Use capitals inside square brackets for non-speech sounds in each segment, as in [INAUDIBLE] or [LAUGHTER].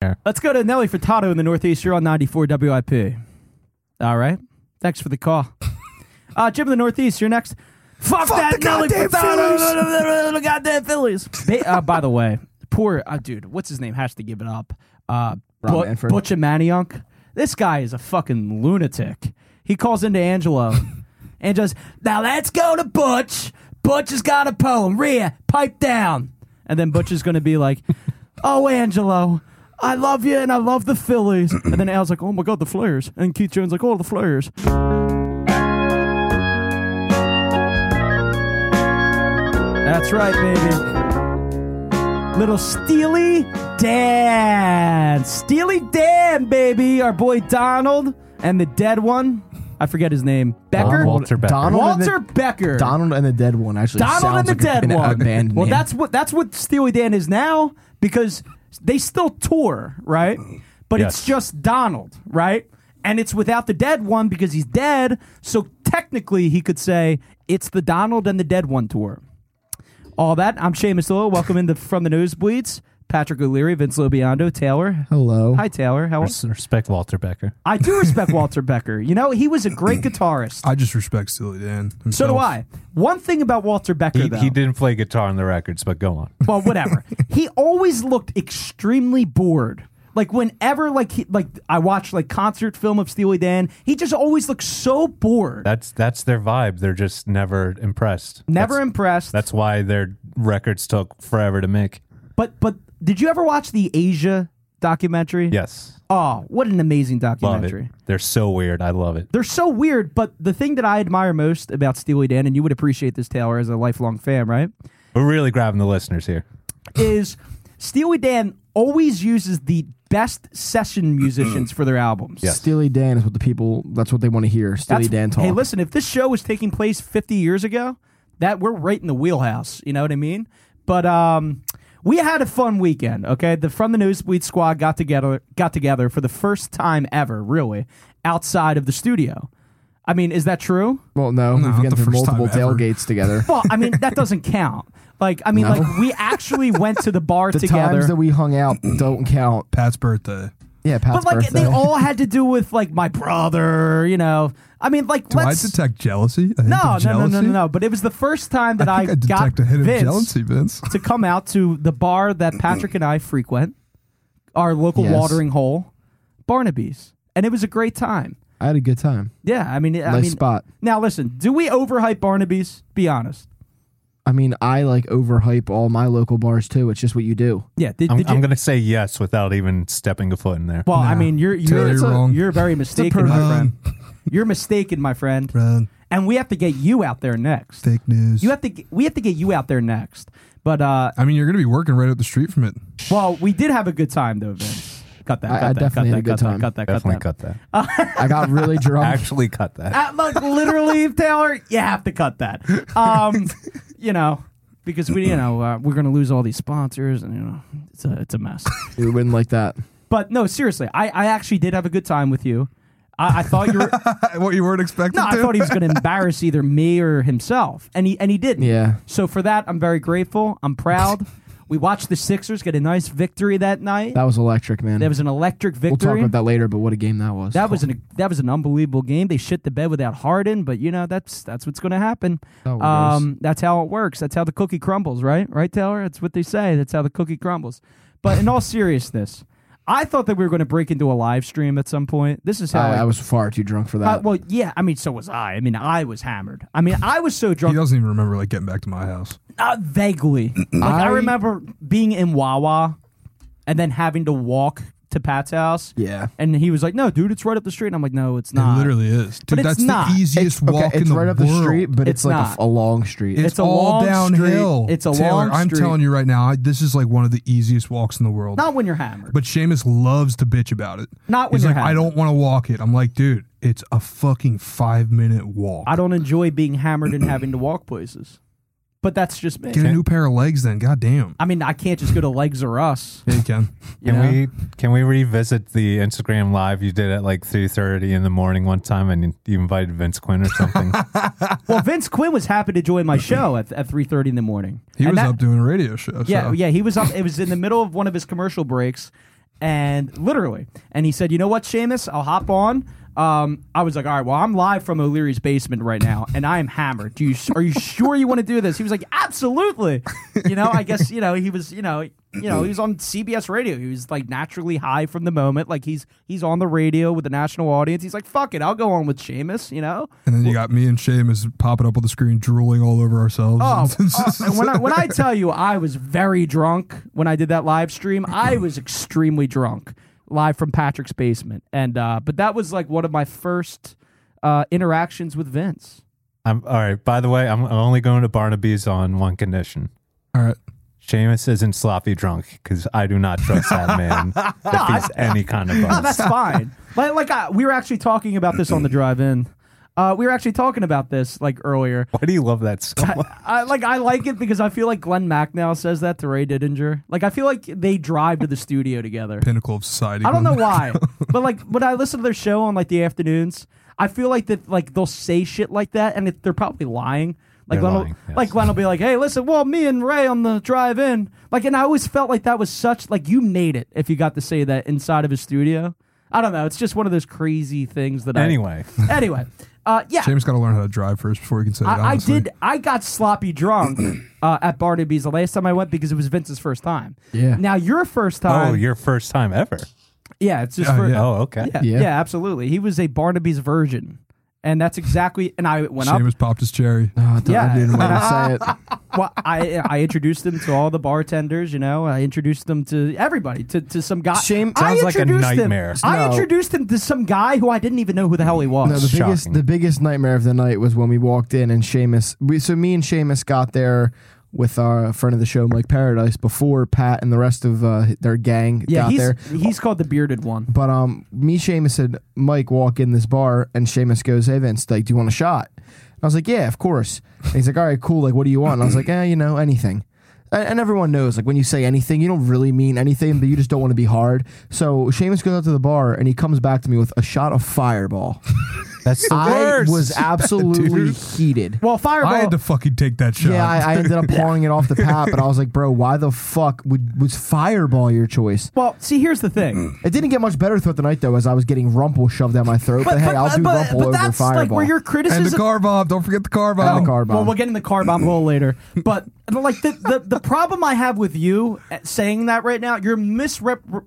there. Let's go to Nelly Furtado in the Northeast. You're on 94 WIP. All right. Thanks for the call. Uh, Jim in the Northeast, you're next. Fuck, that the Nelly goddamn Furtado. Phillies. [LAUGHS] goddamn Phillies. Ba- uh, by the way, poor uh, dude, what's his name? Has to give it up. Uh, Ron Bu- Manfred. Butch Maniunk. This guy is a fucking lunatic. He calls into Angelo and just, now let's go to Butch. Butch has got a poem. Rhea, pipe down. And then Butch is going to be like, oh, Angelo, I love you and I love the Phillies. and then Al's like, oh my God, the Flares. And Keith Jones like, oh, the Flares. That's right, baby. Little Steely Dan. Steely Dan, baby. Our boy Donald and the dead one. I forget his name. Becker? Walter Becker. Donald and Walter the, Becker. Donald and the Dead One actually. Donald and sounds the like a- Dead an, One. A band well, name. that's what that's what Steely Dan is now because they still tour, right? But it's Yes. just Donald, right? And it's without the dead one because he's dead. So technically, he could say it's the Donald and the Dead One tour. All that. I'm Seamus Lowell. Welcome into from the Newsbleeds. Patrick O'Leary, Vince Lobiondo, Taylor. hello. Hi, Taylor. How Res- Respect Walter Becker. I do [LAUGHS] respect Walter Becker. You know, he was a great guitarist. I just respect Steely Dan. So Himself. do I. One thing about Walter Becker, He, though. he didn't play guitar on the records, but go on. well, [LAUGHS] whatever. he always looked extremely bored. Like whenever, like he, like I watched like concert film of Steely Dan, he just always looked so bored, That's that's their vibe. They're just never impressed. never That's, impressed. that's why their records took forever to make. but but did you ever watch the Asia documentary? Yes, Oh, what an amazing love documentary! it. They're so weird. I love it. They're so weird, but the thing that I admire most about Steely Dan, and you would appreciate this, Taylor, as a lifelong fan, right? [LAUGHS] We're really grabbing the listeners here. is Steely Dan always uses the best session musicians for their albums. Yes. Steely Dan is what the people. That's what they want to hear. Steely That's- Dan talk. Hey, listen, if this show was taking place 50 years ago, that we're right in the wheelhouse. You know what I mean? But um, we had a fun weekend. Okay, the From the Newsweed squad got together, got together for the first time ever, really, outside of the studio. I mean, is that true? Well, no, we've No, not gotten the through first time multiple ever. [LAUGHS] tailgates together. Well, I mean, that doesn't count. Like, I mean, No. like we actually went to the bar [LAUGHS] the together. times that we [CLEARS THROAT] hung out don't count. Pat's birthday. Yeah, Pat's but like birthday. they all had to do with like my brother, you know. I mean, like Do let's I detect jealousy? A hint no, of no, no, jealousy? no, no, no. But it was the first time that I, think I got detect a hint Vince of jealousy, Vince. to come out to the bar that Patrick and I frequent, our local Mm-hmm. Yes. watering hole, Barnaby's, and it was a great time. I had a good time. Yeah, I mean, I nice mean. spot. Now listen, do we overhype Barnaby's? Be honest. I mean, I like overhype all my local bars too. It's just what you do. Yeah, did, I'm, did you? I'm gonna say yes without even stepping a foot in there. well, I No. mean, you're Taylor, you're you're wrong. you're very mistaken, my [LAUGHS] friend. You're mistaken, my friend. Friend, And we have to get you out there next. fake news. You have to. g- We have to get you out there next. But uh, I mean, you're going to be working right up the street from it. [LAUGHS] well, we did have a good time though, Vince. Cut that. I- Cut I that. definitely cut had a that, good time. Cut that. Cut Definitely that. Um, cut that. I got [LAUGHS] really drunk. Actually, cut that. Uh, look, literally, [LAUGHS] Taylor, you have to cut that. Um, you know, because we, you know, uh, we're gonna lose all these sponsors, and you know, it's a, it's a mess. We wouldn't like that. But no, seriously, I, I actually did have a good time with you. I, I thought you [LAUGHS] were. what you weren't expecting No, I to? thought he was going to embarrass either me or himself, and he and he didn't. Yeah. So for that, I'm very grateful. I'm [LAUGHS] proud. we watched the Sixers get a nice victory that night. That was electric, man. That was an electric we'll talk victory. about that later. But what a game that was. That was an e, that was an unbelievable game. They shit the bed without Harden, but you know that's that's what's going to happen. Oh, it Um, that's how it works. That's how the cookie crumbles, right? Right, Taylor. That's what they say. That's how the cookie crumbles. But in all seriousness, I thought that we were going to break into a live stream at some point. This is how I, I, I was far too drunk for that. Uh, well, yeah. I mean, so was I. I mean, I was hammered. I mean, I was so He drunk, doesn't even remember like getting back to my house. uh, [CLEARS THROAT] vaguely. Like I, I- remember being in Wawa, and then having to walk to Pat's house. yeah. And he was like, "No, dude, it's right up the street." And I'm like, "No, it's not." It literally is, dude. But it's that's not. the easiest okay, walk in it's the right up the world. street, but It's it's, like a not. f- a, long street. It's, It's a all long downhill. street. It's a Taylor, long I'm street. telling you right now, I, this is like one of the easiest walks in the world. Not when you're hammered. But Seamus loves to bitch about it. Not when He's you're like, I hammered. don't want to walk it. I'm like, dude, it's a fucking five minute walk. I don't enjoy being hammered and having to walk places. But that's just me. Get a new pair of legs then. God damn. I mean, I can't just go to Legs or Us. Yeah, you [LAUGHS] can. You Can know? we can we revisit the Instagram live you did at like three thirty in the morning one time, and you invited Vince Quinn [LAUGHS] or something? Well, Vince Quinn was happy to join my show at at three thirty in the morning. He And was that- up doing a radio show. Yeah, so. yeah, he was up. It was in the middle of one of his commercial breaks, and literally, and he said, "You know what, Seamus? I'll hop on." Um, I was like, "All right, well, I'm live from O'Leary's basement right now, and I am hammered. Do you? Are you sure you want to do this?" He was like, "Absolutely." You know, I guess you know he was you know you know he was on CBS Radio. He was like naturally high from the moment. Like he's he's on the radio with the national audience. He's like, "Fuck it, I'll go on with Seamus." You know. And then you got me and Seamus popping up on the screen, drooling all over ourselves. Oh, [LAUGHS] oh, and when I when I tell you I was very drunk when I did that live stream, I was extremely drunk live from Patrick's basement, and uh, but that was like one of my first uh, interactions with Vince. I'm all right. By the way, I'm I'm only going to Barnaby's on one condition. all right. Seamus isn't sloppy drunk because I do not trust that man if he's any kind of No, [LAUGHS] buzz. that's fine. Like, like I, we were actually talking about this on the drive-in. Uh, we were actually talking about this like earlier. Why do you love that so much? I like I like it because I feel like Glenn Mack now says that to Ray Didinger. Like I feel like they drive to the studio together. Pinnacle of society. I don't know [LAUGHS] why, but like when I listen to their show on like the afternoons, I feel like that like they'll say shit like that, and it, they're probably lying. Like They're Glenn, lying, will, yes. like Glenn will be like, "Hey, listen, well, me and Ray on the drive-in." Like, and I always felt like that was such like you made it if you got to say that inside of his studio. I don't know. It's just one of those crazy things that. Anyway, [LAUGHS] I, anyway, uh, yeah, James got to learn how to drive first before he can say it. I, I honestly. did. I got sloppy drunk [CLEARS THROAT] uh, at Barnaby's the last time I went because it was Vince's first time. Yeah. Now your first time. oh, your first time ever. yeah, it's just Oh, for, yeah. Oh, okay. yeah, Uh, yeah, Yeah. absolutely. He was a Barnaby's virgin, and that's exactly. And I went up. Seamus popped his cherry. Oh, I, Yeah. yeah. I didn't want to say [LAUGHS] it. Well, I I introduced him to all the bartenders. You know, I introduced him to everybody to, to some guy. Shame- I Sounds like a introduced him- nightmare. I No. introduced him to some guy who I didn't even know who the hell he was. No, the Shocking. biggest the biggest nightmare of the night was when we walked in and Seamus. We, so me and Seamus got there with our friend of the show Mike Paradise before Pat and the rest of uh, their gang yeah, got he's there. he's called the bearded one. But um, me, Seamus said, Mike, walk in this bar, and Seamus goes, Hey Vince, like, do you want a shot? And I was like, Yeah, of course. And he's like, All right, cool. Like, what do you want? And I was like, Eh, you know, anything. And, and everyone knows, like, when you say anything, you don't really mean anything, but you just don't want to be hard. So Seamus goes out to the bar, and he comes back to me with a shot of Fireball. That's the I worst. [LAUGHS] was absolutely Dude. heated. Well, Fireball. I had to fucking take that shot. Yeah, I, I ended up pawning it off [LAUGHS] the pat, but I was like, bro, why the fuck would, was Fireball your choice? well, see, here's the thing. It didn't get much better throughout the night though, as I was getting Rumple shoved down my throat. But, hey, I'll do Rumple over that's Fireball. like where your criticism. and the car bomb. Don't forget the car bomb. And the car bomb. Well, we'll get in the car bomb hole [LAUGHS] later. But like the, the the problem I have with you at saying that right now, you're misrep-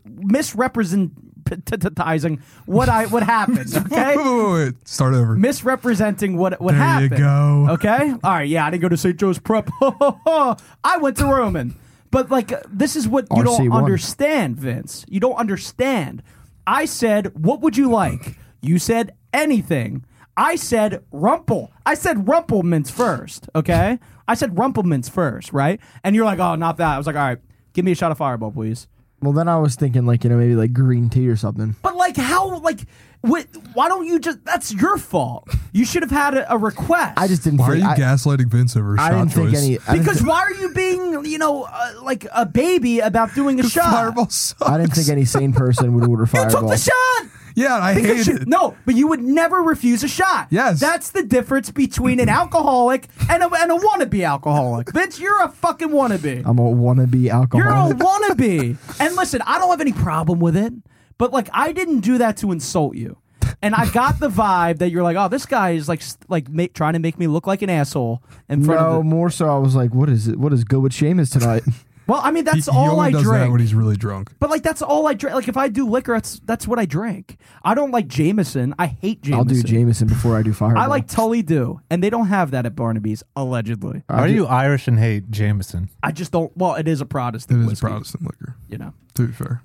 misrepresenting what I what [LAUGHS] happened. Okay. Wait, wait, wait, wait. Start over. Misrepresenting what what There you happened. go. Okay. All right. Yeah, I didn't go to St. Joe's Prep. [LAUGHS] I went to Roman. But like, uh, this is what you don't RC1. understand, Vince. You don't understand. I said, "What would you like?" You said anything. I said Rumple. I said Rumplemints first. Okay. I said Rumplemints first, right? And you're like, "Oh, not that." I was like, "All right, give me a shot of Fireball, please." well, then I was thinking like you know maybe like green tea or something. But like, how? Like, what, why don't you just? That's your fault. You should have had a, a request. I just didn't. Why are think, you I, gaslighting Vince over a I shot didn't choice? think any. [LAUGHS] I didn't, Because thi- why are you being, you know, uh, like a baby about doing a shot? Fireball sucks. I didn't [LAUGHS] think any sane person would order You took Fireball. the shot. Yeah, I Because hated you, it. no, but you would never refuse a shot. Yes. that's the difference between an alcoholic and a, and a wannabe [LAUGHS] alcoholic. Vince, you're a fucking wannabe. I'm a wannabe You're a alcoholic. wannabe. And listen, I don't have any problem with it, but like I didn't do that to insult you. And I got the vibe that you're like, oh, this guy is like s- like ma- trying to make me look like an asshole in front no, of. The- more so I was like, what is it? What is good with Seamus [LAUGHS] tonight? well, I mean, He- that's he all only I does that drink. when he's really drunk. But like that's all I drink. Like if I do liquor, that's that's what I drink. I don't like Jameson. I hate Jameson. I'll do Jameson before I do Fireball. I like Tully Dew, and they don't have that at Barnaby's allegedly. Uh, Are you Irish and hate Jameson? I just don't. Well, it is a It Protestant. is whiskey, Protestant liquor, You know. to be fair.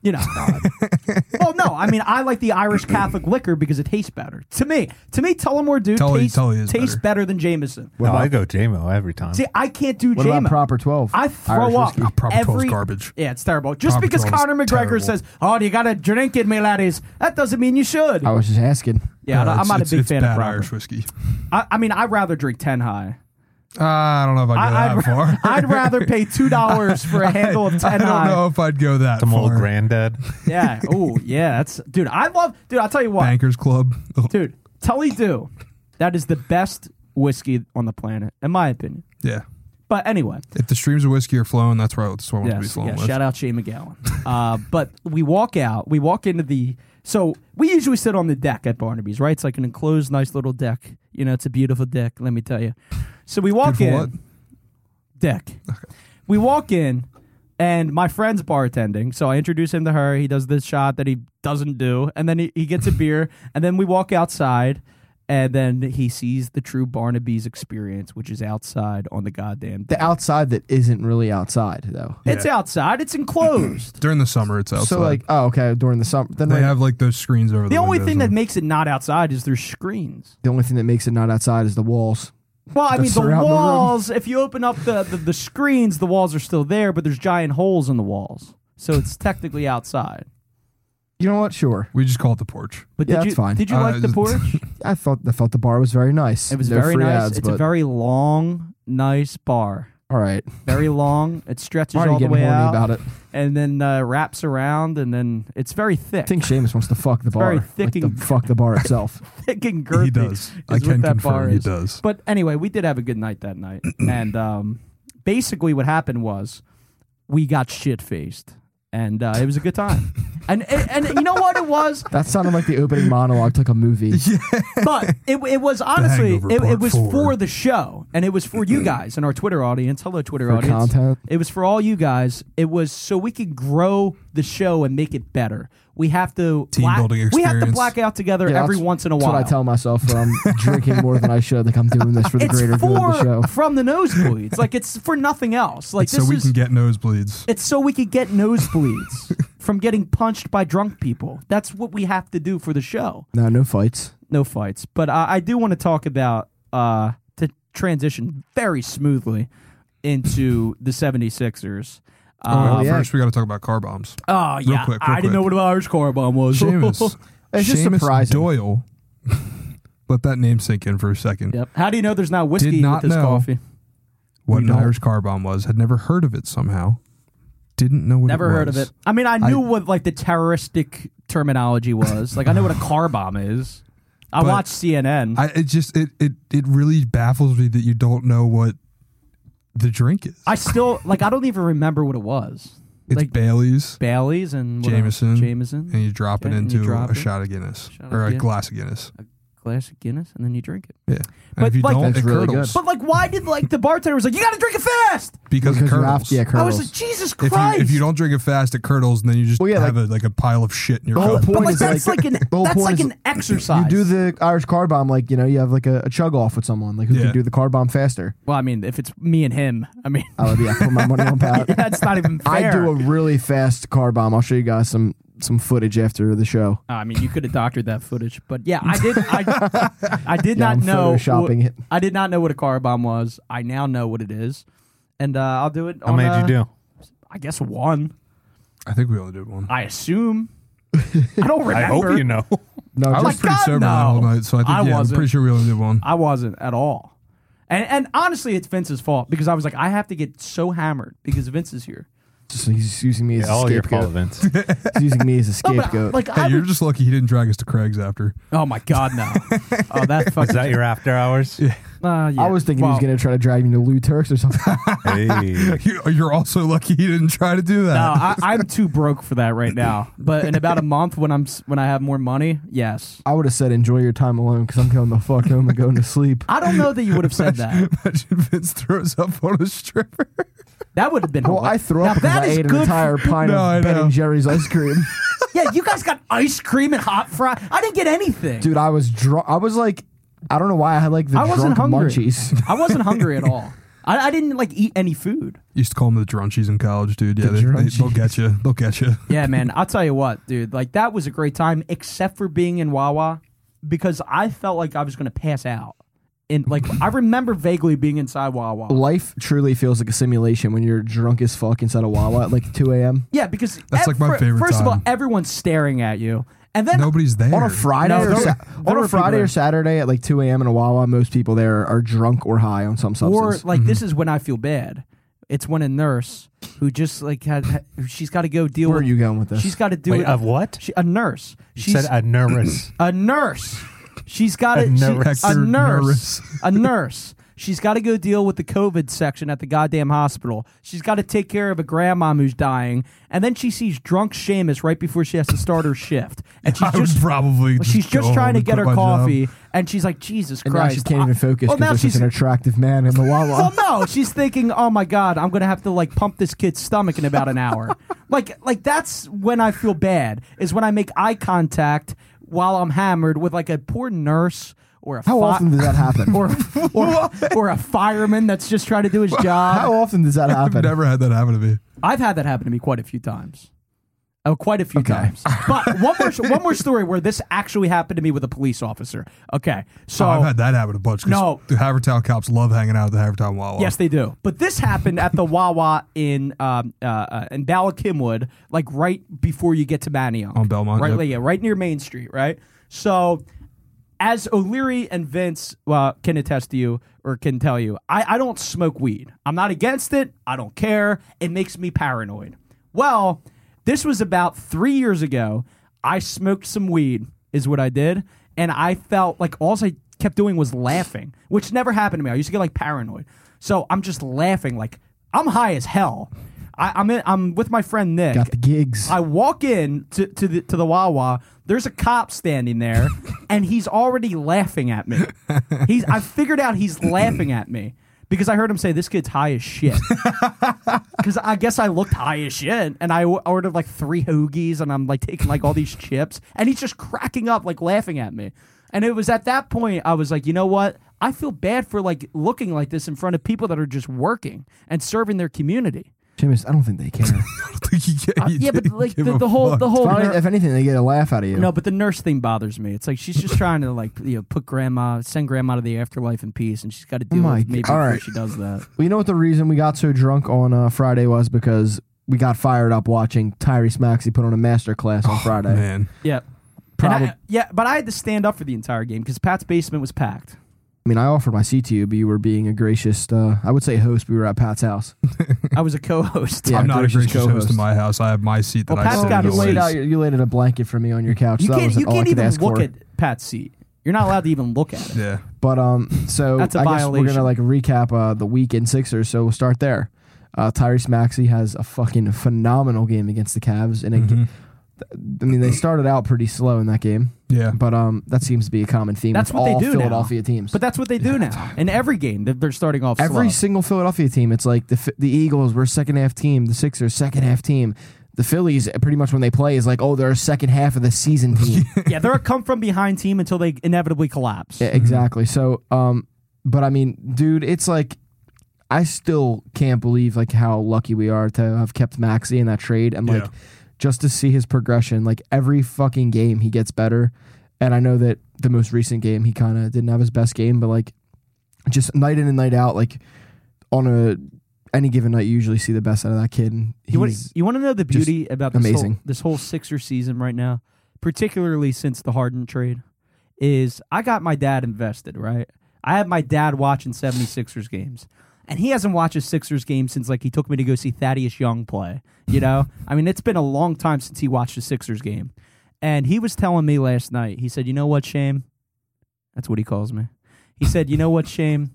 You know. [LAUGHS] well, no. I mean, I like the Irish Catholic liquor because it tastes better to me. To me, Tullamore Dew Tully- tastes, Tully is tastes better. better. than Jameson. No, I go JMO every time. See, I can't do What Jameson. about proper twelve? I throw Irish up whiskey? Proper 12 every is garbage. Yeah, it's terrible. Just Proper because 12 is Conor McGregor terrible. says, "Oh, you gotta drink it, me laddies," that doesn't mean you should. I was just asking. Yeah, I Uh, don't- I'm it's- not a it's- big it's fan bad of proper. Irish whiskey. I, I mean, I'd rather drink ten high. Uh, I don't know if I'd go I, that I'd, far. [LAUGHS] I'd rather pay two dollars for a handle of [LAUGHS] I ten don't high. know if I'd go that some far. old granddad. Yeah. Oh, yeah. That's dude. I love dude. I'll tell you what, Bankers Club. Ugh. dude. Tully Dew, that is the best whiskey on the planet, in my opinion. Yeah. But anyway, If the streams of whiskey are flowing, that's where that's what I want to be yes, flowing yes, with. shout out Shane McGowan. uh, [LAUGHS] but we walk out, we walk into the. So we usually sit on the deck at Barnaby's, right? It's like an enclosed, nice little deck. You know, it's a beautiful deck, let me tell you. So we walk Beautiful in. what? Deck. We walk in, and my friend's bartending. So I introduce him to her. He does this shot that he doesn't do, and then he, he gets [LAUGHS] a beer, and then we walk outside. And then he sees the true Barnaby's experience, which is outside on the goddamn. The outside that isn't really outside though. It's outside. It's enclosed. During the summer, it's outside. So like, oh okay, during the summer. Then they like, have like those screens over the The only windows thing and- that makes it not outside is there's screens. the only thing that makes it not outside is the walls. Well, I That mean, the surround the room. walls, if you open up the, the, the screens, the walls are still there, but there's giant holes in the walls. So [LAUGHS] it's technically outside. You know what? Sure. we just call it the porch. But Yeah, did that's you, fine. Did you Uh, like the it's- porch? [LAUGHS] I thought I thought the bar was very nice. It was No very free nice. ads, it's a but- very long, nice bar. all right. Very long. It stretches I'm already all the getting way horny out about it. and then uh, wraps around, and then it's very thick. [LAUGHS] I think Seamus wants to fuck the bar. very thick like and- the fuck the bar itself. thick and girthy. he does. [LAUGHS] I what can that bar confirm he is. does. But anyway, we did have a good night that [CLEARS THROAT] night, and um, basically what happened was we got shit faced, and uh, it was a good [LAUGHS] time. and, and and you know what it was, That sounded like the opening monologue to like [LAUGHS] a movie. but it, it was honestly Hangover it, it Part was Four. for the show, and it was for you guys and our Twitter audience. Hello, Twitter For audience. content. It was for all you guys. It was so we could grow the show and make it better. We have to Team black- building We have to experience. black out together Yeah, every that's- once in a That's while. what I tell myself when I'm drinking more than I should. Like I'm doing this for [LAUGHS] the it's greater for good of the show. from the nosebleeds. Like it's for nothing else. Like so this we is can get nosebleeds. it's so we could get [LAUGHS] nosebleeds from getting punched by drunk people. That's what we have to do for the show. No, no fights. No fights, but uh, I do want to talk about uh, to transition very smoothly into the 76ers. Well, [LAUGHS] Uh, yeah. First, we got to talk about car [LAUGHS] bombs. oh yeah, quick, Oh, real I didn't know quick. what an Irish car bomb [LAUGHS] was. Seamus. It's just Seamus surprising. Doyle. [LAUGHS] Let that name sink in for a second. yep. How do you know there's not whiskey Did not with this know. coffee? What You an don't. Irish car bomb was. Had never heard of it somehow. Didn't know what Never it heard of was. it. I mean, I knew what like the terroristic terminology was. like I know what a car bomb is. I But watched CNN. I, it just it, it it really baffles me that you don't know what the drink is. I still like I don't even remember what it was. it's like- Bailey's, Bailey's and what else? Jameson. Jameson, and you drop it and into you drop a it. shot of Guinness Shot of or a Guinness. glass of Guinness. glass of Guinness, and then you drink it. Yeah, and But, if you like- don't, That's it really good. curdles But like, why did like the bartender was like, "You got to drink it fast"? Because because, it you curdles. have to get I curls. was like, Jesus if Christ! you if you don't drink it fast, it curdles, and then you just Well, yeah, have a, like a pile of shit in The your whole cup. point but like is that's like, like- an the whole that's point like is an exercise. you do the Irish car bomb, like you know, you have like a, a chug off with someone, like who Yeah. can do the car bomb faster. well, I mean, if it's me and him, I mean, [LAUGHS] I would be. I put my money on Pat. that's not even I fair. do a really fast car bomb. I'll show you guys some some footage after the show. I mean, you could have doctored that footage, but yeah, I did. I, I did Yeah, not I'm know. photoshopping what- it. I did not know what a car bomb was. I now know what it is, and uh, I'll do it. How on, many did uh, you do? I guess one. I think we only did one. I assume. [LAUGHS] I don't remember. I hope you know. No, I was like, pretty Oh God, sober no. that whole night, so I think I yeah, I'm wasn't. pretty sure we only did one. I wasn't at all. And and honestly, it's Vince's fault because I was like, I have to get so hammered because Vince is here. just, he's using me as All a your scapegoat. fault, Vince. He's using me as a No, [LAUGHS] but I- scapegoat. like Hey, I you're would- just lucky he didn't drag us to Craig's after. oh my god, [LAUGHS] no. oh, that Is fucking. that your after hours? uh, yeah. I was thinking he Well, was going to try to drag me to Lou Turks or something. Hey. You- [LAUGHS] You're also lucky he didn't try to do that. No, I, I'm too broke for that right now. But in [LAUGHS] about a month, when I'm s- when I have more money, yes. I would have said, "Enjoy your time alone," because I'm going the fuck home and going [LAUGHS] to sleep. I don't know that you would have said that. [LAUGHS] Imagine Vince throws up on a [LAUGHS] stripper. That would have been. Well, I hilarious. threw Now, up because that I is ate an good entire pint No, I of Ben know. and Jerry's ice cream. [LAUGHS] Yeah, you guys got ice cream and hot fry. I didn't get anything, Dude, I was drunk. I was like, I don't know why I had like the I wasn't drunk hungry. munchies. [LAUGHS] I wasn't hungry at all. I, I didn't like eat any food. Used to call them the drunchies in college, dude. Yeah, The they, they, drunchies. they'll get you. They'll get you. Yeah, man. I'll tell you what, dude. Like that was a great time, except for being in Wawa, because I felt like I was gonna pass out. And like I remember vaguely being inside Wawa. Life truly feels like a simulation when you're drunk as fuck inside a Wawa at like 2 a.m. Yeah, because That's, like, my fir- favorite First of all, time. everyone's staring at you, and then Nobody's there. on a Friday Hmm. No, or there sa- were- there on were a Friday people there. or Saturday at like 2 a.m. in a Wawa, most people there are drunk or high on some or substance. like Mm-hmm. this is when I feel bad. It's when a nurse who just like had, had- she's got to go deal Where are with you going with this? She's got to do Wait, it. of what? She, a nurse. She She's said a nervous. a nurse. She's got to, A she- nurse. a Hector nurse. a nurse. She's got to go deal with the COVID section at the goddamn hospital. She's got to take care of a grandmom who's dying, and then she sees drunk Seamus right before she has to start her shift, and she's [LAUGHS] [LAUGHS] I just. would probably. Well, she's go just trying home to and get quit her my job. coffee, and she's like, "Jesus And now Christ!" she can't I- even focus Well, because now there's she's such an attractive [LAUGHS] man in the well, Wawa. no, she's thinking, "Oh my God, I'm gonna have to like pump this kid's stomach in about an hour." [LAUGHS] like, like that's when I feel bad is when I make eye contact while I'm hammered with like a poor nurse or a How fi- often does that [LAUGHS] happen? or or, or a fireman that's just trying to do his job. How often does that I've happen? never had that happen to me. I've had that happen to me quite a few times. Oh, quite a few times. But one more, one more story where this actually happened to me with a police officer. Okay, so Oh, I've had that happen a bunch. 'cause No. the Havertown cops love hanging out at the Havertown Wawa. Yes, they do. But this happened at the Wawa in um, uh, uh, in Ballakimwood, like right before you get to Manioc. On Belmont, Right, yep. like, yeah, right near Main Street, right? So as O'Leary and Vince uh, can attest to you or can tell you, I, I don't smoke weed. I'm not against it. I don't care. It makes me paranoid. Well, this was about three years ago. I smoked some weed, is what I did. And I felt like all I kept doing was laughing, which never happened to me. I used to get like paranoid. So I'm just laughing. Like, I'm high as hell. I, I'm, in, I'm with my friend Nick. Got the gigs. I walk in to, to the to the Wawa. There's a cop standing [LAUGHS] there, and he's already laughing at me. He's I figured out he's laughing at me because I heard him say this kid's high as [LAUGHS] shit. Because I guess I looked high as shit, and I w- ordered like three hoagies, and I'm like taking like all these chips, and he's just cracking up, like laughing at me. And it was at that point I was like, you know what? I feel bad for like looking like this in front of people that are just working and serving their community. Seamus, I don't think [LAUGHS] they care. [LAUGHS] I don't think you get- Uh, you yeah, but didn't like give the, a the whole fuck. the whole Probably, if anything, they get a laugh out of you. No, but the nurse thing bothers me. It's like she's just trying to like you know put grandma send grandma to the afterlife in peace, and she's got to deal Oh my with me g- before alright. she does [LAUGHS] that. Well, you know what the reason we got so drunk on uh, Friday was because we got fired up watching Tyrese Maxey put on a master class Oh, on Friday. man. Yeah, Probably- yeah, but I had to stand up for the entire game because Pat's basement was [LAUGHS] packed. I mean, I offered my seat to you, but you were being a gracious, uh, I would say host, but we were at Pat's house. I was a co-host. Yeah, I'm not a gracious gracious host co-host. in my house. I have my seat that Well, Pat's I sit got in you his always. laid, out, you laid out a blanket for me on your couch. you [LAUGHS] so that can't was you all I can't could even ask look for. at Pat's seat. You're not allowed to even look at it. Yeah. But um, so That's a I guess we're violation. gonna like recap uh, the week in Sixers. So we'll start there. Uh, Tyrese Maxey has a fucking phenomenal game against the Cavs, and Mm-hmm. Mhm. I mean they started out pretty slow in that game, Yeah. but um, that seems to be a common theme. That's with what they all do now. Philadelphia teams. But that's what they do now in every game. They're, they're starting off slow. Every single Philadelphia team, it's like the F- the Eagles were second half team, the Sixers second half team, the Phillies uh, pretty much when they play is like oh they're a second half of [LAUGHS] the season team. yeah, they're a come from behind team until they inevitably collapse. Yeah, E, exactly. So, um, but I mean, dude, it's like I still can't believe like how lucky we are to have kept Maxi in that trade, and like Yeah. just to see his progression. Like every fucking game, he gets better. And I know that the most recent game, he kind of didn't have his best game, but like just night in and night out, like on a any given night, you usually see the best out of that kid. And You want, he's you want to know the just beauty about this amazing. whole this whole Sixer season right now, particularly since the Harden trade, is I got my dad invested, right? I had my dad watching 76ers games. And he hasn't watched a Sixers game since like he took me to go see Thaddeus Young play, you [LAUGHS] know? I mean, it's been a long time since he watched a Sixers game. And he was telling me last night, he said, "You know what, Shame? That's what he calls me." He said, "You know what, Shame?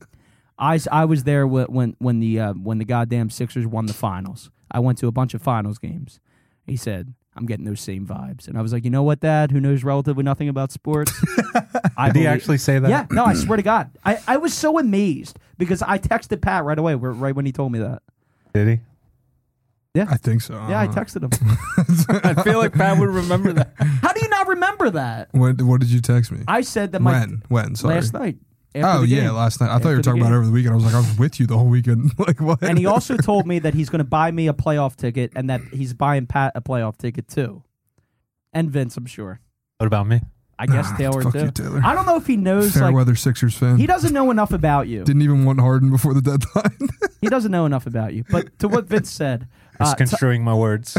I, s- I was there wh- when when the uh, when the goddamn Sixers won the finals. I went to a bunch of finals games. He said, "I'm getting those same vibes," and I was like, "You know what, Dad? Who knows relatively nothing about [LAUGHS] sports?" I Did he belie- actually say that? Yeah, no, I swear to God, I, I was so amazed because I texted Pat right away, wh- right when he told me that. Did he? I think so. Uh-huh. Yeah, I Uh-huh. don't know. texted him. I feel like Pat would remember that. How do you not remember that? What, what did you text me? I said that my when? When? Sorry. last night. after Oh the yeah, game. last night. I After thought you the were talking about game. it over the weekend. I was like, I was with you the whole weekend. [LAUGHS] like what? and he also told me that he's going to buy me a playoff ticket and that he's buying Pat a playoff ticket too. And Vince, I'm sure. What about me? I guess Ah, Taylor fuck too. you, Taylor. I don't know if he knows fair like weather Sixers fan. he doesn't know enough about you. Didn't even want Harden before the deadline. [LAUGHS] He doesn't know enough about you. But to what Vince [LAUGHS] said, uh, Ty- Misconstruing my words.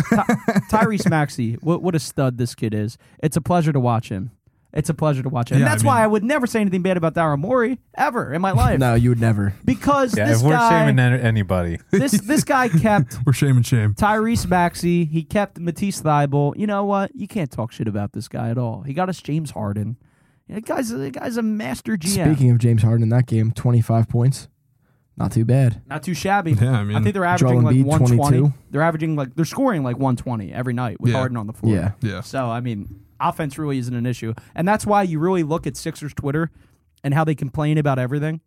Tyrese Maxey, what what a stud this kid is. It's a pleasure to watch him. It's a pleasure to watch him. Yeah, and that's I why mean- I would never say anything bad about Daryl Morey ever in my life. no, you would never. Because Yeah, this if we're shaming guy an- anybody, this this [LAUGHS] guy kept We're shame and shame. Tyrese Maxey, he kept Matisse Thybul. You know what? You can't talk shit about this guy at all. He got us James Harden. The guy's the guy's a master GM. Speaking of James Harden in that game, 25 points. Not too bad. Not too shabby. [LAUGHS] Yeah, I mean, I think they're averaging Joel like Embiid, 120. 22. They're averaging like they're scoring like 120 every night with Yeah. Harden on the floor. Yeah. yeah. So I mean, offense really isn't an issue, and that's why you really look at Sixers Twitter and how they complain about everything.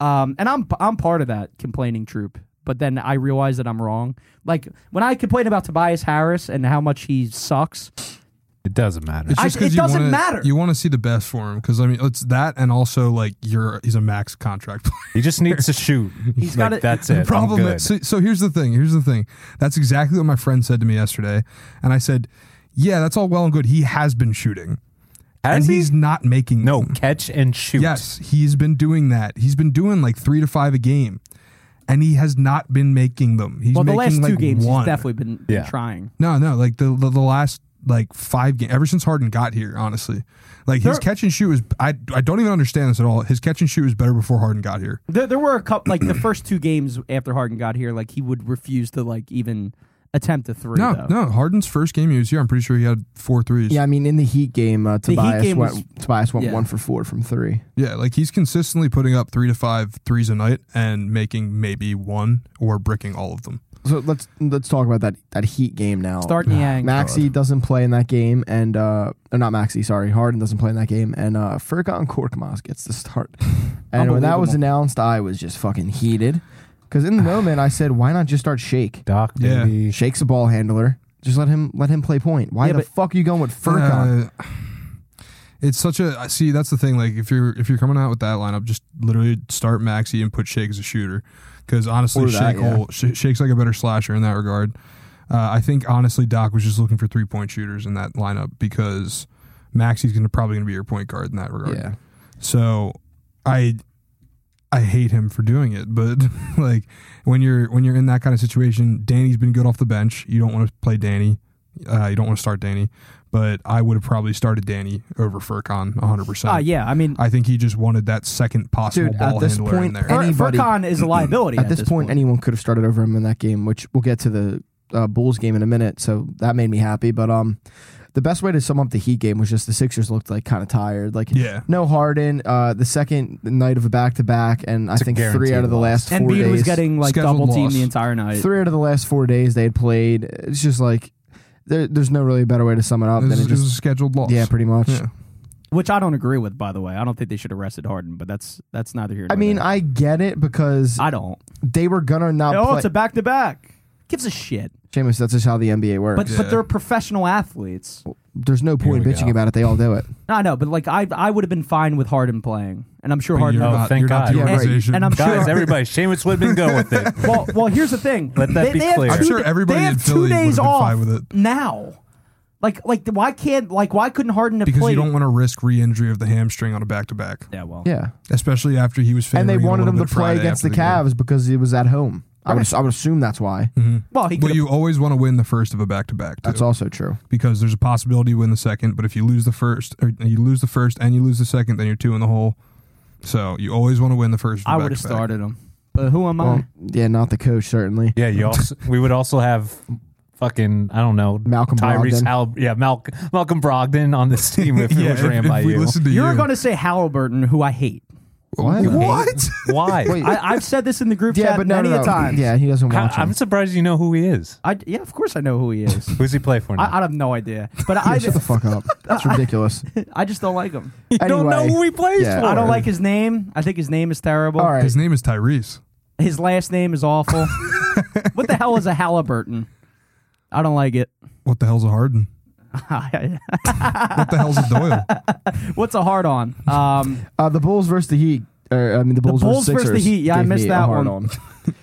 Um, and I'm I'm part of that complaining troop, but then I realize that I'm wrong. Like when I complain about Tobias Harris and how much he sucks, It doesn't matter. [LAUGHS] It's I- just it 'cause you doesn't wanna, matter. You want to see the best for him because I mean it's that and also like you're he's a max contract [LAUGHS] player. He just needs to shoot. He's like, gotta- That's it. The problem I'm good. is, so, so here's the thing. Here's the thing. That's exactly what my friend said to me yesterday, and I said, "Yeah, that's all well and good. He has been shooting, Has and he? he's not making. no them. catch and shoot. yes, he's been doing that. He's been doing like three to five a game, and he has not been making them. He's well, the making last like two games one. he's definitely been, been Yeah. trying. No, no, like the the, the last like five games ever since Harden got here, honestly. Like his There- catch and shoot was I I don't even understand this at all. His catch and shoot was better before Harden got here. There, there were a couple like the first two games after Harden got here, like he would refuse to like even attempt a three. No, though. no, Harden's first game he was here, I'm pretty sure he had four threes. Yeah, I mean, in the Heat game, uh, Heat Tobias, game went, was- Tobias went yeah. one for four from three. Yeah, like he's consistently putting up three to five threes a night and making maybe one or bricking all of them. So let's let's talk about that, that Heat game now. Start Niang. Maxi doesn't play in that game, and uh, or not Maxi, sorry, Harden doesn't play in that game, and uh, Furkan Korkmaz gets [LAUGHS] the start. And when that was Unbelievable. announced, I was just fucking heated [SIGHS] because in the moment I said, "Why not just start Shake? Doc, Yeah. [LAUGHS] baby. Shake's a ball handler. Just let him let him play point. Why Yeah, the but- fuck are you going with Furkan? Uh, it's such a I see. That's the thing. Like if you're if you're coming out with that lineup, just literally start Maxi and put Shake as a shooter. Because honestly, Or that, Shake yeah. will- Sh- Shake's like a better slasher in that regard. Uh, I think honestly, Doc was just looking for three point shooters in that lineup because Maxi's going to probably going to be your point guard in that Uh, regard. yeah, So I I hate him for doing it, but [LAUGHS] like when you're when you're in that kind of situation, Danny's been good off the bench. You don't want to play Danny. Uh, you don't want to start Danny, but I would have probably started Danny over Furcon 100. percent Ah, yeah. I mean, I think he just wanted that second possible Dude, at ball this handler in point, there. any- Fur- anybody- Furkan is a liability at, at this, point, anyone could have started over him in that game, which we'll get to the uh, Bulls game in a minute. So that made me happy. But um, the best way to sum up the Heat game was just the Sixers looked like kind of tired. Like yeah, no Harden, uh, the second night of a back to back, and It's I a think three guaranteed out of the loss. last four Embiid days. was getting like Scheduled double teamed loss. the entire night. three out of the last four days they had played. It's just like there, there's no really better way to sum it up it was, than it it was just a scheduled loss. yeah, pretty much. Yeah. which I don't agree with, by the way. I don't think they should have arrested Harden, but that's that's neither here. Nor I mean, there. I get it because I don't. they were gonna not Oh, play. it's a back to back. Gives a shit. Jameis, that's just how the NBA works. But but Yeah. they're professional athletes. there's no point we bitching go. about it. They all do it. No, I know, but like I I would have been fine with Harden playing, and I'm sure But Harden. you're Oh, not, thank you're not God. the Yeah, right. organization. And I'm sure. Guys, everybody, Seamus Woodman, go with it. well, well, here's the thing. Let that they, be they have clear. two I'm sure da- everybody they have in Philly two would have days been off fine with it. now. Like like why can't like why couldn't Harden have because played? you don't want to risk re-injury of the hamstring on a back-to-back, yeah, well, Yeah, especially after he was. and they favoring a wanted little him to bit play Friday against the after game. Cavs because it was at home. I would I would assume that's why. well, he But could you always want to win the first of a back to back That's also true. because there's a possibility you win the second. But if you lose the first, or you lose the first and you lose the second, then you're two in the hole. So you always want to win the first. of a I would have back-to-back. started him. But who am Well, I? yeah, not the coach certainly. Yeah, you also we would also have fucking I don't know Malcolm Tyrese Brogdon. Hal yeah Malcolm Malcolm Brogdon on this team if it [LAUGHS] Yeah, was if, ran if by we you. listen to You're you. going to say Halliburton, who I hate. What? what? Why? Wait, I, I've said this in the group yeah, chat but no, many no, a no. time. Yeah, he doesn't How- watch I'm him. surprised you know who he is. I, yeah, of course I know who he is. Who's he play for now? I, I don't have no idea, but I, Yeah, shut the fuck up. That's ridiculous. [LAUGHS] I just don't like him. you don't know anyway, who he plays yeah. for. I don't like his name. I think his name is terrible. All right. His name is Tyrese. His last name is awful. what the hell is a Halliburton? I don't like it. [LAUGHS] What the hell's a Harden? What the hell's a Doyle? What's a hard on? Um, Uh, the Bulls versus the Heat. Or, I mean, the Bulls, Bulls versus the Sixers Heat. Yeah, I gave missed me a that hard one.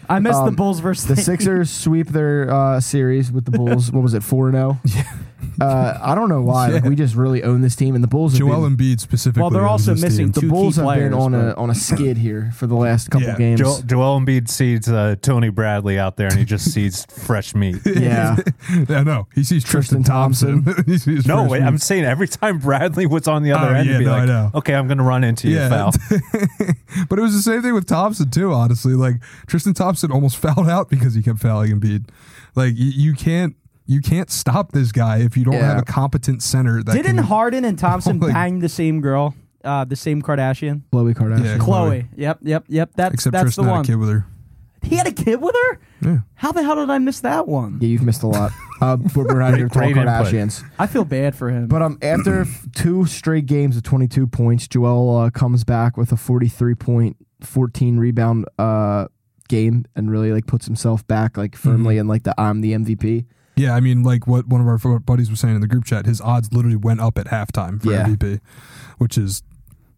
I missed the Um, Bulls versus [LAUGHS] The Sixers sweep their uh, series with the Bulls. What was it, four zero? Uh, I don't know why. Like, Yeah. we just really own this team, and the Bulls. Have Joel been, Embiid specifically. Well, they're owns also this [LAUGHS] missing team. the two Bulls key have players, been on a but- on a skid here for the last couple Yeah. games. Joel, Joel Embiid sees uh, Tony Bradley out there and he [LAUGHS] just sees fresh meat. yeah, yeah, no, he sees Tristan Tristan, Thompson. [LAUGHS] he sees No, first wait, read. I'm saying every time Bradley was on the other Oh, end, yeah, it'd be no, I like, know. okay, I'm going to run into you, Yeah. foul. [LAUGHS] But it was the same thing with Thompson too. Honestly, like Tristan Thompson almost [LAUGHS] fouled out because he kept fouling Embiid. Like you, you can't you can't stop this guy if you don't Yeah. have a competent center. That Didn't [LAUGHS] can, Harden and Thompson Like- bang the same girl uh, the same Kardashian? Chloe Kardashian. Yeah. Chloe. Chloe. Yep, yep, yep. That's Except that's Tristan the had one. a kid with her. He had a kid with her. Yeah. How the hell did I miss that one? Yeah, you've missed a [LAUGHS] lot. Uh, we're, we're out here Great talking input. Kardashians. I feel bad for him. But um, after f- two straight games of 22 points, Joel uh, comes back with a 43 point, 14 rebound uh, game, and really like puts himself back like Mm-hmm. firmly in like the I'm the MVP. Yeah, I mean, like what one of our f- buddies was saying in the group chat, his odds literally went up at halftime for Yeah. MVP, which is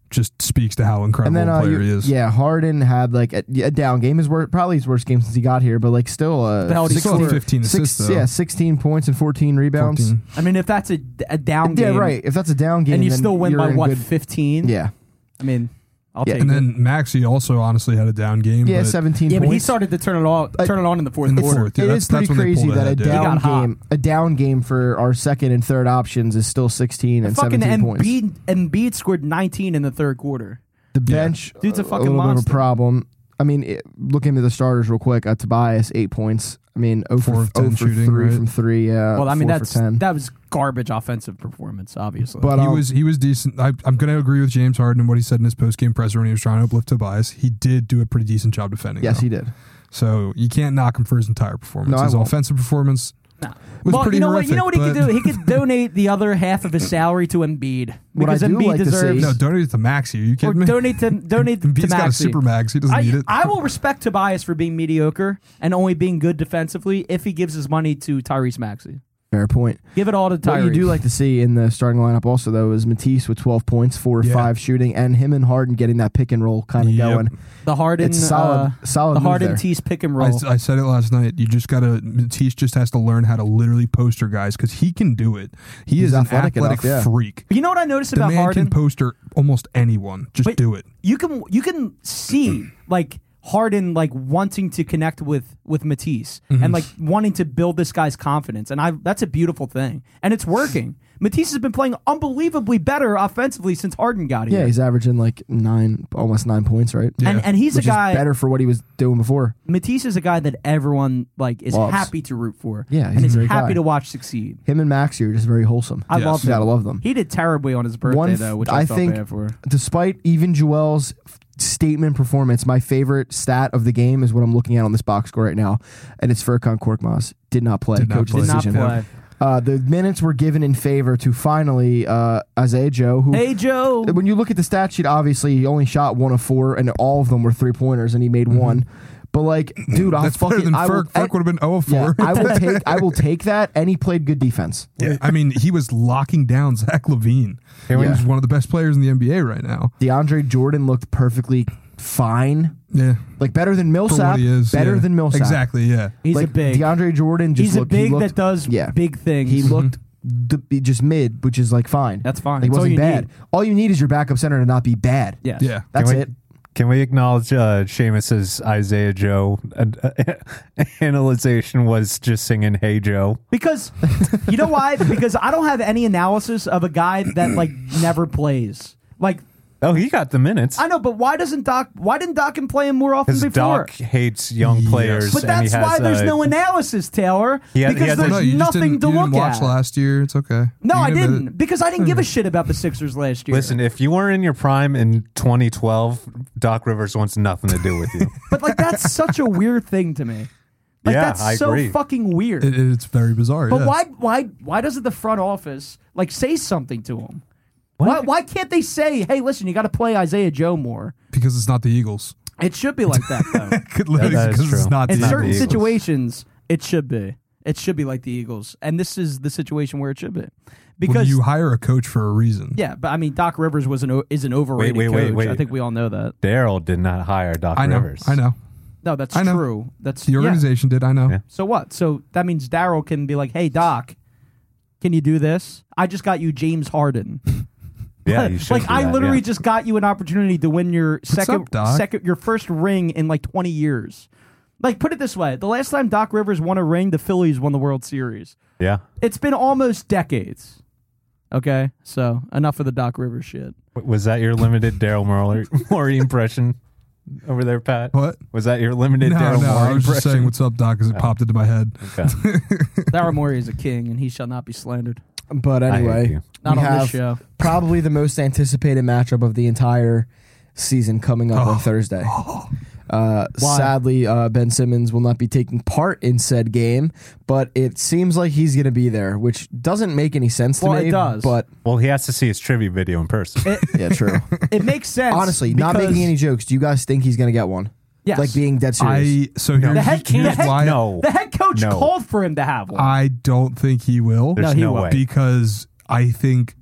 just speaks to how and incredible then a uh, player you- he is. yeah, Harden had like a, a down game. His wor- probably his worst game since he got here, but like still uh, But how he Still had 15 assists, six, though. yeah, 16 points and 14 rebounds. 14. I mean, if that's a, a down Yeah, game, right. If that's a down game, and you then still win you're by in what good- fifteen? yeah, I mean, I'll Yeah. take And it. then Maxi also honestly had a down game. yeah, but 17 yeah, points. but he started to turn it all Uh, turn it on in the fourth in the quarter. fourth, yeah, It that's, is pretty that's when they crazy pulled that a ahead, dude. He down got hot. game, a down game for our second and third options is still 16 and fucking 17 points. Embiid Embiid scored nineteen in the third quarter. The bench, Dude's a fucking little bit of monster. a problem. I mean, it, looking at the starters real quick, uh, Tobias eight points. I mean, 0 Four for, of 10 0 for shooting, three right? from three. Yeah, well, I mean Uh, four for that's 10. that was garbage offensive performance, obviously. But he um, was he was decent. I, I'm going to agree with James Harden and what he said in his post game presser when he was trying to uplift Tobias. He did do a pretty decent job defending. yes, though. he did. So you can't knock him for his entire performance. No, I his won't. offensive performance Nah. was Well, pretty you know horrific. what? You know what he could but- do? He could donate the other half of his salary to [LAUGHS] Embiid What I because do Embiid like to see- deserves No, donate it to Maxi. Are you or kidding me? donate to donate to [LAUGHS] Embiid's got a Maxey. super max. He doesn't need I, [LAUGHS] it. I will respect Tobias for being mediocre and only being good defensively if he gives his money to Tyrese Maxey. Fair point. Give it all to Tyrese. What you do like to see in the starting lineup also though is Matisse with 12 points, four or Yeah. five shooting, and him and Harden getting that pick and roll kind of Yep. going. the Harden, It's solid, uh, solid. the move Harden there. tease pick and I, roll. s- I said it last night. You just gotta. Matisse just has to learn how to literally poster guys because he can do it. He He's is an athletic athletic, enough, yeah. freak. you know what I noticed The about man Harden? can poster almost anyone. Just But- do it. you can you can [CLEARS THROAT] see like Harden like wanting to connect with with Matisse Mm-hmm. and like wanting to build this guy's confidence, and I that's a beautiful thing, and it's working. Matisse has been playing unbelievably better offensively since Harden got here. Yeah, he's averaging like nine, almost nine points, right? Yeah. and and he's Which a guy. is better for what he was doing before. Matisse is a guy that everyone like is Loves. happy to root for. Yeah, he's and a is great happy guy. to watch succeed. Him and Maxi are just very wholesome. I Yes. love You him. gotta love them. He did terribly on his birthday One f- though, which I, I felt think- bad for. Despite even Joel's f- statement performance, my favorite stat of the game is what I'm looking at on this box score right now, and it's Furkan Korkmaz. Did not play. Did not coach's play. Did not decision. play. Uh, the minutes were given in favor to finally uh, Isaiah Joe, who. Hey Joe, When you look at the stat sheet, obviously he only shot one of four, and all of them were three pointers, and he made one. But like, dude, I'll Mm-hmm. That's better fucking than I will, Ferk. Ferk would have been 0 yeah, 4. I will take I will take that, and he played good defense. I mean, he was locking down [LAUGHS] Zach Levine. Can we- He's one of the best players in the NBA right now. DeAndre Jordan looked perfectly fine, Yeah. like better than For Millsap. what he is. better yeah. than Millsap. Exactly, yeah. he's like a big. DeAndre Jordan. Just he's looked- a he big looked- that does yeah. big things. He looked d- b- just mid, which is like fine. That's fine. Like, That's all wasn't you bad. need. All you need is your backup center to not be bad. Yes. Yeah. that's Can we- it. [LAUGHS] Can we acknowledge uh, Seamus's Isaiah Joe uh, [LAUGHS] analyzation was just singing "Hey Joe"? Because you know why? Because I don't have any analysis of a guy that like never plays. Like Oh, he got the minutes. I know, but why doesn't Doc? Why didn't Doc and play him more often Because before? Doc hates young Yes. players. but and he that's has, why there's uh, no analysis, Taylor. He had- he because had there's the- Oh, No, you just nothing didn't, to you look didn't watch at. last year. It's okay. no, You I can admit didn't it. because I didn't give a shit about the Sixers last year. Listen, if you were in your prime in 2012, Doc Rivers wants nothing to do with [LAUGHS] you. but like that's such a weird thing to me. Like Yeah, that's I so agree. fucking weird. It, it's very bizarre. But yeah. why why why doesn't the front office like say something to him? Why why can't they say, "Hey, listen, you got to play Isaiah Joe more." Because it's not the Eagles. [LAUGHS] It should be like that [LAUGHS] though. Could literally- that is because it's true. not In the certain Eagles. Eagles. situations, it should be. It should be like the Eagles. And this is the situation where it should be. Well, Because you hire a coach for a reason. yeah, but I mean Doc Rivers was an o- is an overrated wait, coach. wait, wait. I think we all know that. Daryl did not hire Doc I know. Rivers. I know. No, that's I know. true. That's The yeah. organization did. I know. Yeah. So what? So that means Daryl can be like, "Hey Doc, can you do this? I just got you James Harden." [LAUGHS] Yeah, you should like do I that, literally yeah. just got you an opportunity to win your second up, Doc? second your first ring in like 20 years. Like put it this way, the last time Doc Rivers won a ring, the Phillies won the World Series. yeah. It's been almost decades. Okay? So, enough of the Doc Rivers shit. W- Was that your limited Daryl [LAUGHS] Morey, Morey impression over there, Pat? What? Was that your limited no, Daryl no. Morey I was just saying impression? what's up, Doc, because it popped into my head. Okay. Daryl Morey is a king and he shall not be slandered. But [LAUGHS] I hate anyway, you. Not we on have this show. probably the most anticipated matchup of the entire season coming up Oh. on [LAUGHS] Thursday. Uh, Why? sadly, uh, Ben Simmons will not be taking part in said game, but it seems like he's going to be there, which doesn't make any sense to Well, me. it does. [LAUGHS] but Well, he has to see his trivia video in person. yeah, true. It [LAUGHS] makes sense. Honestly, not because- making any jokes. Do you guys think he's going to get one? Yes. Like being dead serious. I so here's, The head, the, here's head, why no, the head coach No. called for him to have Uh, one. I don't think he will. there's he no, won't. way. because I think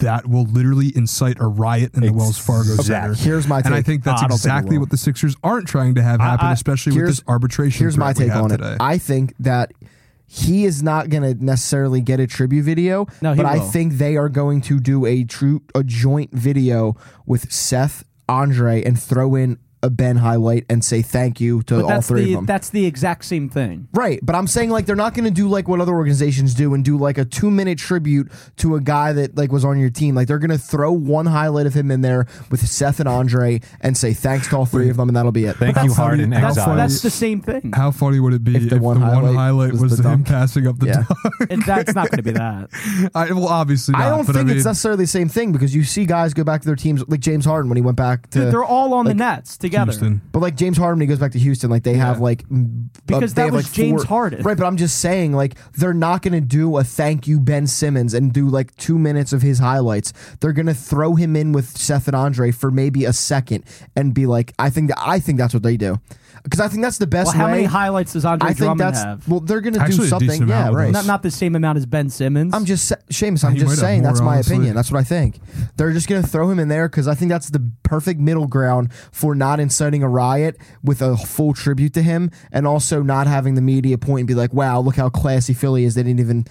that will literally incite a riot in the Wells Fargo Center. Exactly. Here's my take. And I think I that's don't think it exactly will. what the Sixers aren't trying to have happen, I- especially with here's- this arbitration. Here's my threat we take have on it. today. I think that he is not going to necessarily get a tribute video, No, he but I will. think they are going to do a true a joint video with Seth, Andre, and throw in a Ben highlight and say thank you to but all that's three the of them. that's the exact same thing. Right, but I'm saying like they're not going to do like what other organizations do and do like a two minute tribute to a guy that like was on your team. Like they're going to throw one highlight of him in there with Seth and Andre and say thanks to all three of them, and that'll be it. Thank But you, that's hard in funny- That's, Outside. exile. that's the same thing. How funny would it be if the, one, highlight was, the dunk? him passing up the Yeah. It- that's not going to be [LAUGHS] that. dunk? [LAUGHS] I, well, obviously, not, I don't but think I mean, it's necessarily the same thing because you see guys go back to their teams, like James Harden when he went back to. Dude, they're all on the Nets together. Houston. but like James Harden, when he goes back to Houston, like they have like m- uh, Because they that have, was like, James Harden. right? But I'm just saying, like they're not going to do a thank you Ben Simmons and do like two minutes of his highlights. They're going to throw him in with Seth and Andre for maybe a second and be like, I think that I think that's what they do because I think that's the best Well, how way. many highlights does Andre I think Drummond that's have? well, they're going to do Actually, a something. decent Yeah, amount with right. us. not not the same amount as Ben Simmons. I'm just sa- Seamus. I'm He might just have saying more, that's my honestly. opinion. That's what I think. They're just gonna throw him in there because I think that's the perfect middle ground for not inciting a riot with a full tribute to him, and also not having the media point and be like, "Wow, look how classy Philly is." They didn't even.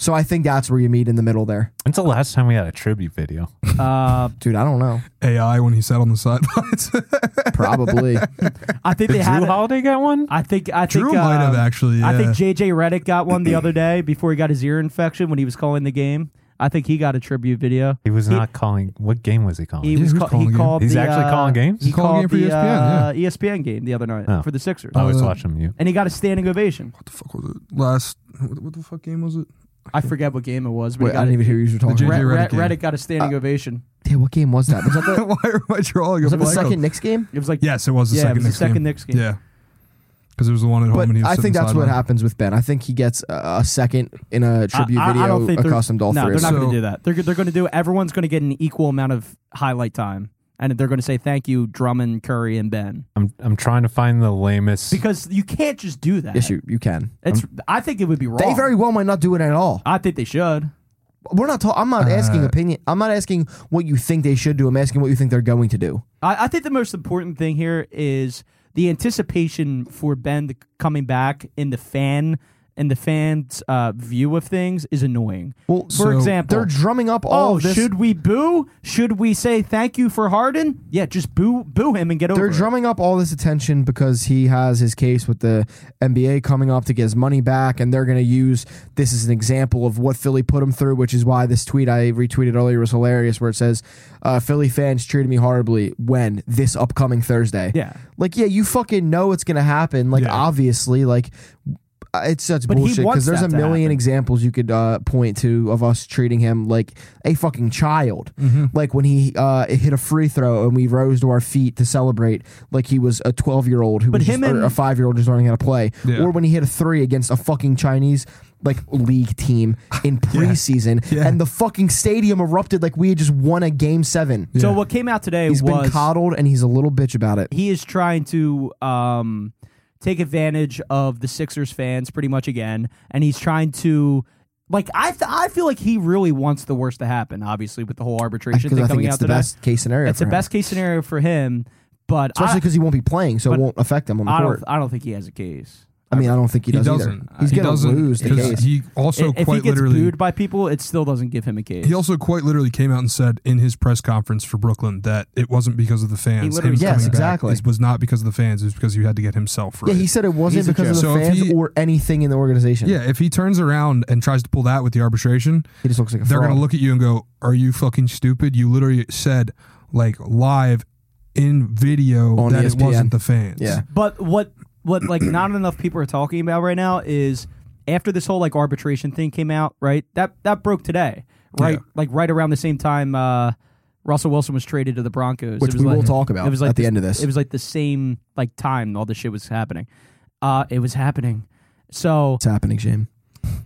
So I think that's where you meet in the middle there, When's the last time we had a tribute video? uh, dude. I don't know. AI when he sat on the [LAUGHS] sidelines. Probably. [LAUGHS] I think they Did had. Drew it- Holiday get one? I think I Drew think might have um, actually. I yeah. think JJ Reddick got one the [CLEARS THROAT] other day before he got his ear infection when he was calling the game. I think he got a tribute video. He was not calling. What game was he calling? He He was was ca- calling he a game. called He's the, actually uh, calling games? He He's calling a called game for E the ESPN, uh, ESPN game the other night Oh. for the Sixers, I always uh, watch him mute. and he got a standing ovation. what the fuck was it? Last what, what the fuck game was it? [LAUGHS] I forget what game it was, but Wait, he I got didn't even hear you were talking. J- about. JJ Re- Re- Redick Uh, game. Reddick got a standing ovation. Yeah, what game was that? Was that [LAUGHS] the, Why am I drawing? a was that the blank on- second Knicks game? It was like Yes, it was the yeah, it second. was the Knicks game. second Knicks game. Yeah, because it was the one at home. But and he was I sitting think that's what sideline. happens with Ben. I think he gets a, a second in a tribute I- I- I video don't think they're- accustomed to all no, three. they're of not them. going So- to do that. They're they're going to do. Everyone's going to get an equal amount of highlight time, and they're going to say thank you, Drummond, Curry, and Ben, I'm I'm trying to find the lamest. because you can't just do that. Yes, you you can. It's. I think it would be wrong. They very well might not do it at all. I think they should. We're not. Ta- I'm not asking Uh, opinion. I'm not asking what you think they should do. I'm asking what you think they're going to do. I, I think the most important thing here is the anticipation for Ben to c- coming back in the fan and the fans' uh, view of things is annoying. Well, for So- example, They're drumming up all oh, of this. should we boo? Should we say thank you for Harden? Yeah, just boo, boo him and get over. they're it. drumming up all this attention because he has his case with the NBA coming up to get his money back, and they're going to use this as an example of what Philly put him through, which is why this tweet I retweeted earlier was hilarious, where it says, uh, "Philly fans treated me horribly when this upcoming Thursday." Yeah, Like, yeah, you fucking know it's gonna happen. Like, Yeah. obviously, like uh, it's such But he bullshit wants because there's that a to million happen. examples you could uh, point to of us treating him like a fucking child. Mm-hmm. Like when he uh, hit a free throw and we rose to our feet to celebrate, like he was a 12 year old who But was just, him or and- a five year old just learning how to play, Yeah. or when he hit a three against a fucking Chinese. Like league team [LAUGHS] in preseason, Yeah. and the fucking stadium erupted like we had just won a game seven. So Yeah. what came out today He's was been coddled, and he's a little bitch about it. he is trying to um, take advantage of the Sixers fans pretty much again, and he's trying to. Like I, th- I feel like he really wants the worst to happen. Obviously, with the whole arbitration because thing I think coming it's out the today, best case scenario. it's for the him. best case scenario for him. But especially I, because he won't be playing, so it but- won't affect him on the I court. don't, I don't think he has a case. I mean, I don't think he, He does doesn't. either. He's he gonna doesn't, lose the 'cause case. He also if if he quite gets literally. booed by people, it still doesn't give him a case. He also quite literally came out and said in his press conference for Brooklyn that it wasn't because of the fans. literally- Him Yes, coming back exactly. is- was not because of the fans. It was because you had to get himself right. yeah, he said it wasn't He's a because of the joke. So if fans he- or anything in the organization. yeah, if he turns around and tries to pull that with the arbitration, he just looks like a they're fraud. going to look at you and go, "Are you fucking stupid? You literally said like live in video On E that it ESPN. wasn't the fans." Yeah. [CLEARS THROAT] But what what like not enough people are talking about right now is after this whole like arbitration thing came out, right? That that broke today, right? Yeah. Like right around the same time uh, Russell Wilson was traded to the Broncos, which It was we like- will talk about it was like at the end of this. It was like the same like time all this shit was happening. Uh, it was happening. So, it's happening, Shame.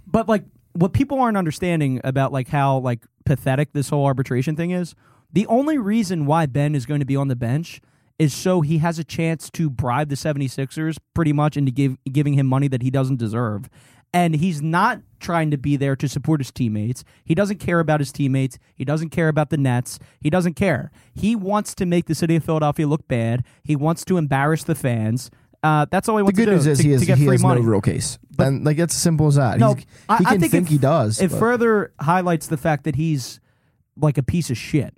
but like what people aren't understanding about like how like pathetic this whole arbitration thing is, the only reason why Ben is going to be on the bench is so he has a chance to bribe the 76ers pretty much into give, giving him money that he doesn't deserve. And he's not trying to be there to support his teammates. He doesn't care about his teammates. He doesn't care about the Nets. He doesn't care. He wants to make the city of Philadelphia look bad. He wants to embarrass the fans. Uh, that's all he The wants good to do news is to, he has, to get he free has money. no real case. and like that's as simple as that. No, He's- I- he I can think think, it- he does. it but- further highlights the fact that he's like a piece of shit.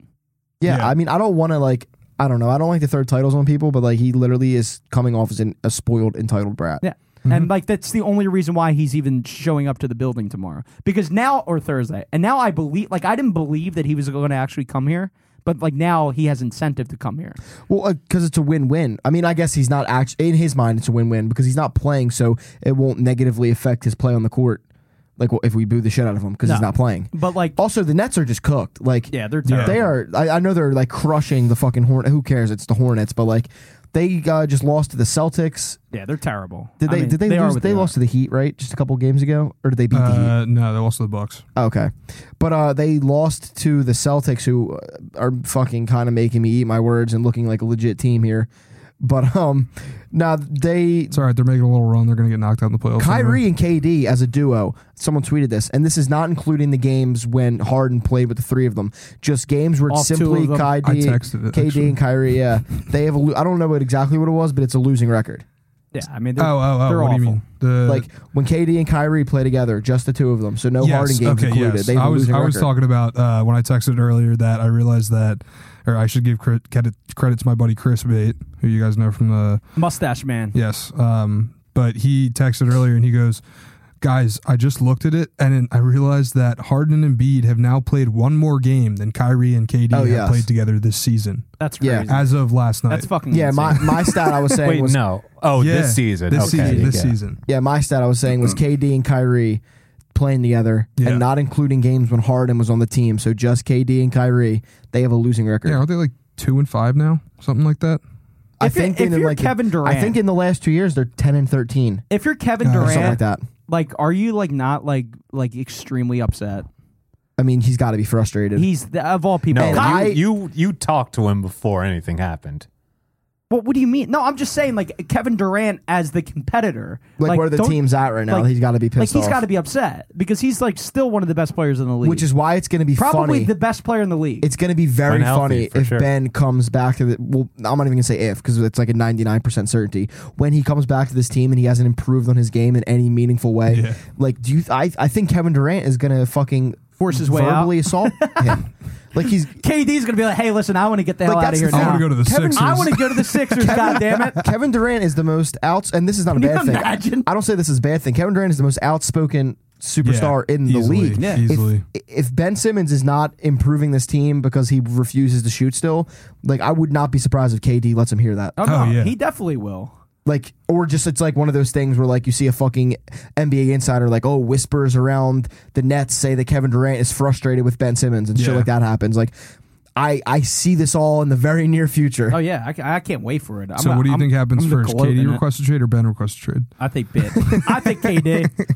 yeah, Yeah. I mean, I don't want to like. I don't know. I don't like to throw titles on people, but like he literally is coming off as an, a spoiled, entitled brat. Yeah. Mm-hmm. And like that's the only reason why he's even showing up to the building tomorrow. Because now or Thursday. And now I believe like I didn't believe that he was going to actually come here, but like now he has incentive to come here. Well, because it's a win-win. I mean, I guess he's not actually in his mind. It's a win-win because he's not playing, so it won't negatively affect his play on the court. Like well, if we boo the shit out of him because he's No. not playing. But like Also, the Nets are just cooked. Like Oh, yeah, they're Yeah. terrible. they are. I, I know they're like crushing the fucking Hornet. Who cares? It's the Hornets. But like they uh, just lost to the Celtics. Yeah, they're terrible. Did I they? mean, did they, are lose? what They, are. lost to the Heat, right? Just a couple games ago, or did they beat the Heat? Uh, no, they lost to the Bucks. Okay, but uh, they lost to the Celtics, who uh, are fucking kind of making me eat my words and looking like a legit team here. But um, now they It's all right. They're making a little run. They're going to get knocked out in the playoffs. anyway. Kyrie and KD as a duo. Someone tweeted this, and this is not including the games when Harden played with the three of them. Just games where Off it's two simply of them. KD, I texted it, KD actually. and Kyrie. Yeah, they have. A lo- I don't know what exactly what it was, but it's a losing record. Yeah, I mean Oh, they're, oh, oh. they're what awful. do you mean? The, Like when KD and Kyrie play together, just the two of them. So no yes, Harden games okay, included. Yes. They have I a was losing I was record. talking about uh, when I texted earlier that I realized that, or I should give cre- credit credit to my buddy Chris Bate, who you guys know from the Mustache man. Yes. Um, but he texted earlier and he goes, Guys, I just looked at it and then I realized that Harden and Embiid have now played one more game than Kyrie and KD Oh, have yes. played together this season That's Yeah. crazy. as of last night. that's fucking Yeah, my, insane. my stat [LAUGHS] I was saying Wait, was no. Oh, Yeah, this season. This okay. season. This yeah. season. Yeah, my stat I was saying was KD and Kyrie playing together Yeah. and not including games when Harden was on the team. So just KD and Kyrie, they have a losing record. Yeah, aren't they like two and five now? Something like that? I If you're- think if in the, you're like the- Kevin Durant- I think in the last two years they're ten and thirteen If you're Kevin Yeah, or Durant, something like that. like are you like not like like extremely upset? I mean, he's got to be frustrated. He's the, of all people. No, And you, I- you you talked to him before anything happened. Well, what do you mean? No, I'm just saying, like Kevin Durant as the competitor. like, where the don't- team's at right now, like- he's got to be Like pissed he's off. got to be upset because he's like still one of the best players in the league, which is why it's going to be probably funny. the best player in the league. it's going to be very Unhealthy, funny for if sure. Ben comes back to the. Well, I'm not even going to say if because it's like a 99% certainty. When he comes back to this team and he hasn't improved on his game in any meaningful way, Yeah. like, do you. I, I think Kevin Durant is going to fucking Force his way out. verbally assault him. Like, he's. KD's gonna be like, "Hey, listen, I want to get the Like, hell out of that's here the I thing. now. want to go to the Kevin- Sixers. I want to go to the Sixers. God damn it! Kevin Durant is the most outs, and this is not [LAUGHS] a Can you bad thing. imagine? I don't say this is a bad thing. Kevin Durant is the most outspoken superstar Yeah, in the easily, league. Yeah. If- easily. If, Ben Simmons is not improving this team because he refuses to shoot still, like I would not be surprised if KD lets him hear that. Oh no, yeah. he definitely will. Like, or just it's like one of those things where like you see a fucking NBA insider like, oh, whispers around the Nets say that Kevin Durant is frustrated with Ben Simmons and shit Yeah. like that happens. Like, I I see this all in the very near future. Oh yeah, I, ca- I can't wait for it. I'm so not- what do you I'm- think happens I'm gonna first? gloat in KD it. requests a trade or Ben requests a trade? I think bit. I think [LAUGHS] KD.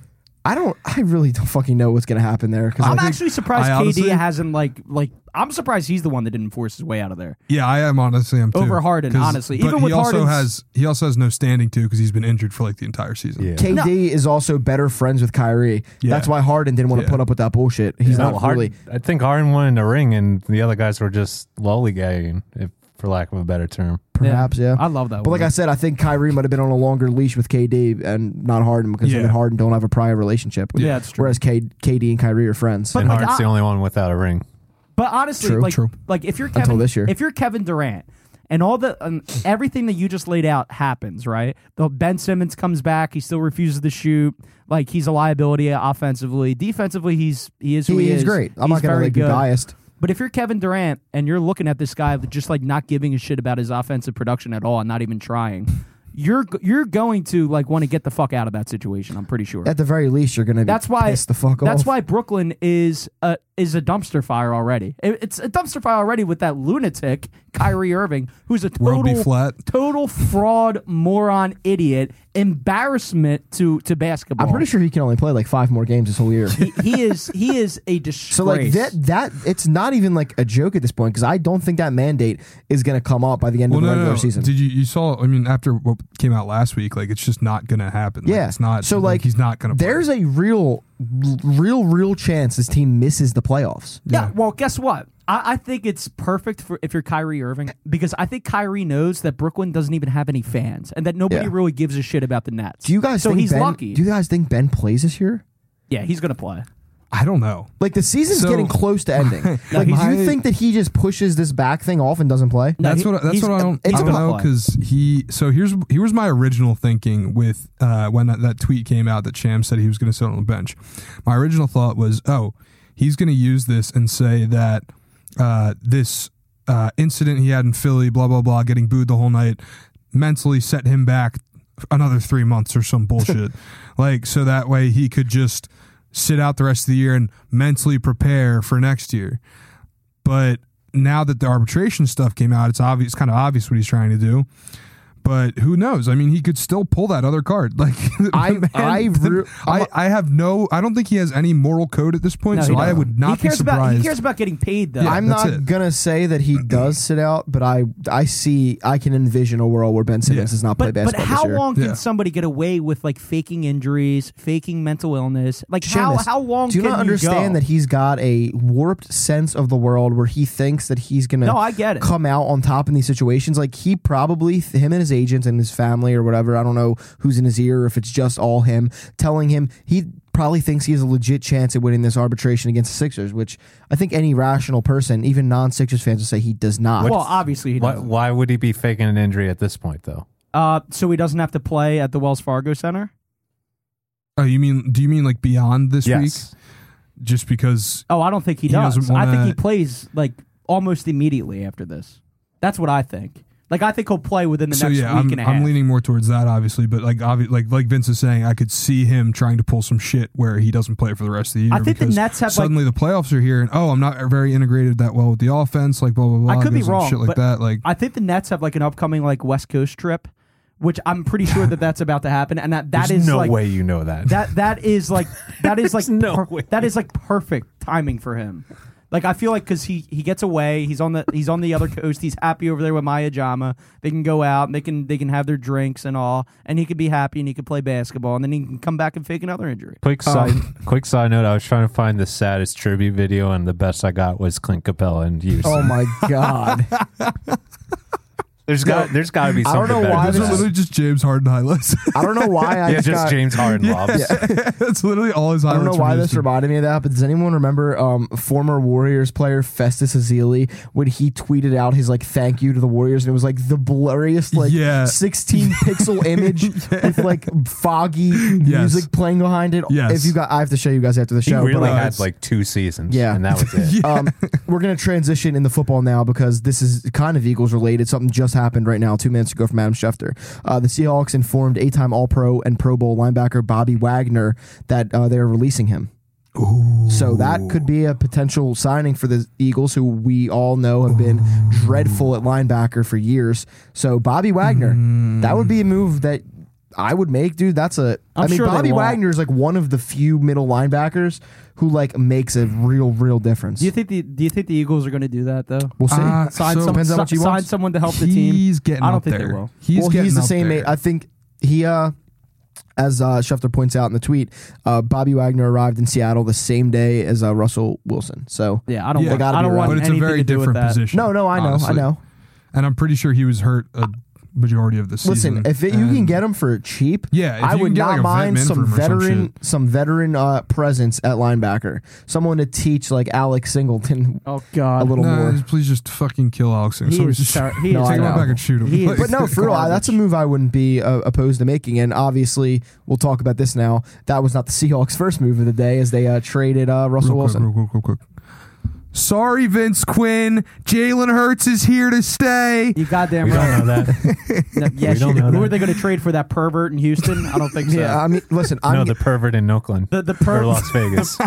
I don't. I really don't fucking know what's gonna happen there because I'm think- actually surprised I honestly- KD hasn't like like. I'm surprised he's the one that didn't force his way out of there. Yeah, I am honestly. I'm too. Over Harden, 'Cause- honestly. but Even he with also Harden's- has he also has no standing too because he's been injured for like the entire season. Yeah. KD is also better friends with Kyrie. Yeah. That's why Harden didn't want to Yeah. put up with that bullshit. He's not really. I think Harden won in the ring, and the other guys were just lollygagging, if, for lack of a better term. Perhaps, yeah. I love that. But like word. I said, I think Kyrie might have been on a longer leash with KD and not Harden because him Yeah. and Harden don't have a prior relationship. Yeah, it's true. Whereas K- KD and Kyrie are friends. But- and like, Harden's I- the only one without a ring. But honestly, True, like true. like if you're Kevin, Until this year. if you're Kevin Durant and all the um, everything that you just laid out happens, right? The Ben Simmons comes back, he still refuses to shoot. Like he's a liability offensively, defensively he's he is who he he, is great. I'm He's not gonna very like be good. biased. But if you're Kevin Durant and you're looking at this guy just like not giving a shit about his offensive production at all and not even trying, you're g- you're going to like want to get the fuck out of that situation. I'm pretty sure. At the very least, you're gonna be That's why- pissed the fuck That's off. why Brooklyn is a is a dumpster fire already. It- it's a dumpster fire already with that lunatic Kyrie Irving, who's a World be total flat. total fraud, moron, idiot, embarrassment to to basketball. I'm pretty sure he can only play like five more games this whole year. he, he is he is a disgrace. [LAUGHS] So like that that it's not even like a joke at this point because I don't think that mandate is going to come up by the end Well, of the no, no, regular no. season. Did you you saw? I mean, after what came out last week, like it's just not gonna happen. Like, yeah, it's not. So like, he's not gonna. play. There's a real, real, real chance this team misses the playoffs. Yeah. Well, guess what? I, I think it's perfect for if you're Kyrie Irving because I think Kyrie knows that Brooklyn doesn't even have any fans and that nobody Yeah. really gives a shit about the Nets. Do you guys? So think he's ben, lucky. Do you guys think Ben plays this year? yeah, he's gonna play. I don't know. Like the season's So- getting close to [LAUGHS] ending. like, do he's- you think that he just pushes this back thing off and doesn't [LAUGHS] play? No, that's he- what. That's he's- what I don't. I he's don't gonna know play. because he. So here's here was my original thinking with uh, when that, that tweet came out that Sham said he was going to sit on the bench. My original thought was, oh, he's going to use this and say that uh, this uh, incident he had in Philly, blah blah blah, getting booed the whole night, mentally set him back another three months or [LAUGHS] some bullshit. like so that way he could just sit out the rest of the year and mentally prepare for next year but now that the arbitration stuff came out, it's obvious, kind of obvious what he's trying to do. But who knows? I mean, he could still pull that other card. [LAUGHS] Like I- I re- I, I have no. I don't think he has any moral code at this point, No, so he I doesn't. would not he cares be surprised. about he cares about getting paid though. Yeah, I'm that's not it. gonna say that he does sit out, but I I see I can envision a world where Ben Simmons Yeah. does not play but but basketball. how this year. long Yeah. can somebody get away with like faking injuries, faking mental illness? Like Seamus, how how long do you can not you understand go? that he's got a warped sense of the world where he thinks that he's gonna No, I get it. come out on top in these situations like he probably him and his agents and his family or whatever i don't know who's in his ear or if it's just all him telling him he probably thinks he has a legit chance at winning this arbitration against the sixers which i think any rational person even non-sixers fans would say he does not well, obviously he Why, doesn't. why would he be faking an injury at this point, though? Uh, so he doesn't have to play at the Wells Fargo Center. oh, you mean? Do you mean like beyond this Yes. week? Just because? Oh, I don't think he, He doesn't does. I think he wanna- plays like almost immediately after this. That's what I think. Like I think he'll play within the so next yeah, week I'm, and a half. I'm leaning more towards that, obviously. But like, obvi- like like Vince is saying, I could see him trying to pull some shit where he doesn't play for the rest of the year. I think the because Nets have, like- suddenly the playoffs are here, and oh, I'm not very integrated that well with the offense. Like blah blah blah. I could be goes on wrong, Shit like but that. Like I think the Nets have like an upcoming like West Coast trip, which I'm pretty sure that that's about to happen, and that that is There's no like way you know that. that that is like that is like no way. that is like perfect timing for him. Like I feel like because he he gets away, he's on the he's on the other coast. He's happy over there with Maya Jama. They can go out, and they can they can have their drinks and all, and he could be happy and he could play basketball, and then he can come back and fake another injury. Quick Um, side, quick side note: I was trying to find the saddest tribute video, and the best I got was Clint Capella in Houston. oh my god there's got there's got to be I something. don't know better why than this Those are that. literally just James Harden highlights. [LAUGHS] i don't know why i yeah, just got, James Harden lobs. That's literally all his I highlights. don't know from why his this team. reminded me of that, but does anyone remember um, former Warriors player Festus Azili when he tweeted out his like thank you to the Warriors and it was like the blurriest like Yeah. 16 pixel image with like foggy music playing behind it. Yes. If you got, I have to show you guys after the He show. really but, like, had like two [LAUGHS] seasons. Yeah. and that was it. um, we're gonna transition into football now because this is kind of Eagles related. Something just happened right now, two minutes ago from Adam Schefter. Uh, the Seahawks informed eight-time All-Pro and Pro Bowl linebacker Bobby Wagner that uh, they are releasing him. So that could be a potential signing for the Eagles, who we all know have been dreadful at linebacker for years. So Bobby Wagner, Hmm. Mm-hmm. that would be a move that. I would make, dude. That's a. i I'm mean, sure they Bobby won't. Wagner is like one of the few middle linebackers who like makes a real, real difference. Do you think the Do you think the Eagles are going to do that though? We'll see. Uh, Sign so- some, Depends on what si- you sign want. someone to help the team. he's getting I don't up think they there. will. He's well, getting he's the up same. there. Age. I think he, uh, as uh, Schefter points out in the tweet, uh, Bobby Wagner arrived in Seattle the same day as uh, Russell Wilson. So Yeah, I don't. Yeah. want- They gotta I don't be want right. but it's a anything very to do with different that. position. no, no, I know, honestly. I know. Uh, and I'm pretty sure he was hurt a majority of the season. Listen, if it, you And- can get him for cheap, Yeah, if I you can would get, not like, a vet mind min some from him or some veteran, shit. some veteran uh, presence at linebacker, someone to teach like Alex [LAUGHS] Singleton Oh God, a little no, more. just- please just fucking kill Alex. He Somebody is just ter- he No, is I take him know. out back and shoot him. He is- But no, for real, I- that's a move I wouldn't be uh, opposed to making. And obviously, we'll talk about this now. That was not the Seahawks' first move of the day, as they uh, traded uh, Russell real Wilson. Quick, real, quick, real quick. Sorry, Vince Quinn. Jalen Hurts is here to stay. You goddamn We right. don't know that. No, yes, don't you do. know Who that. are they going to trade for that pervert in Houston? I don't [LAUGHS] think so. Yeah, I mean, listen, [LAUGHS] I'm no, the pervert in Oakland. The the or pervert. [LAUGHS] Las Vegas.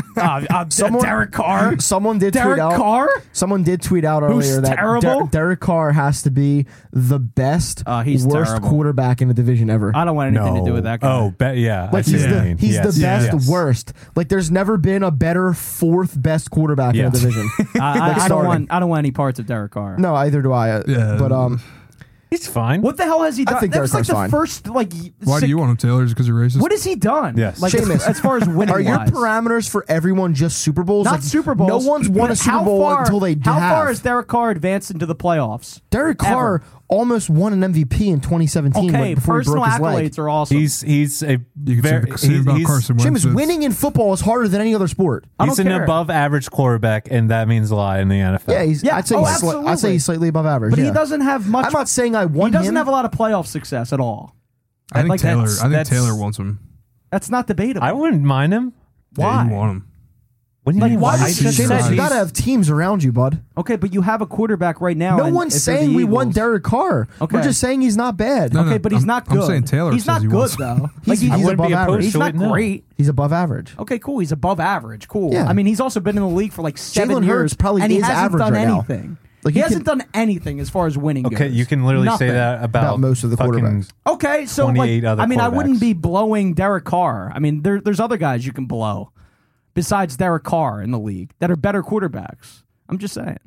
Someone- Derek [LAUGHS] Carr. Someone did Derek tweet out. Carr. Someone did tweet out earlier Who's that terrible? Derek Carr has to be the best, Uh, he's worst terrible. quarterback in the division ever. I don't want anything to do with that guy. Oh, bet yeah. I like see he's what you yeah. the mean. he's Yes, the best yes. worst. Like there's never been a better fourth best quarterback Yeah. in the division. [LAUGHS] [LAUGHS] I, I- Like I don't starting. want. I don't want any parts of Derek Carr. no, either do I. uh, Yeah. But um, He's fine. What the hell has he done? think that was like Derek the Carr's fine. first like. Why do six- you want him, Taylor? Just because you're racist? What has he done? Yes. Like Seamus, as, as far as winning are your wise? parameters for everyone just Super Bowls? not Like, Super Bowls. No one's won a but Super how Bowl far- until they How have. far has Derek Carr advanced into the playoffs? Derek ever? Carr almost won an MVP in 2017 when- Okay, before he personal broke his leg. accolades are awesome. He's he's a you very can say he's, about he's- Carson Wentz. Seamus, It's- winning in football is harder than any other sport. I he's don't an care. above average quarterback, and that means a lot in the NFL. Yeah, he's, Yeah, I'd say oh, he's sli- I'd say absolutely. he's slightly above average. but he yeah. doesn't have much. I'm not saying I he want doesn't him. have a lot of playoff success at all. I think like, Taylor. that's- I think that's- Taylor wants him. That's not debatable. I wouldn't mind him. Yeah, you Why? want him. What do you Like, mean? why I does just he- said Seamus, James, you he's- gotta have teams around you, bud. okay, but you have a quarterback right now. No and one's if you're the saying we want Eagles- Derek Carr. We're Okay. just saying he's not bad. No, Okay, but he's I'm- not I'm good. saying Taylor He's says not he good wants- though. [LAUGHS] He's- like I he's wouldn't above be average. opposed he's to not it. no. great. He's above average. Okay, cool. He's above average. Cool. Yeah. I mean, he's also been in the league for like seven Jalen Hurts years, probably and he is hasn't average done right now. anything. Like, he you hasn't can- done anything as far as winning. Okay, goes. you can literally say Nothing. that about, About most of the fucking- quarterbacks. Okay, so 28 like, other I mean, I wouldn't quarterbacks. be blowing Derek Carr. I mean, there, there's other guys you can blow besides Derek Carr in the league that are better quarterbacks. I'm just saying.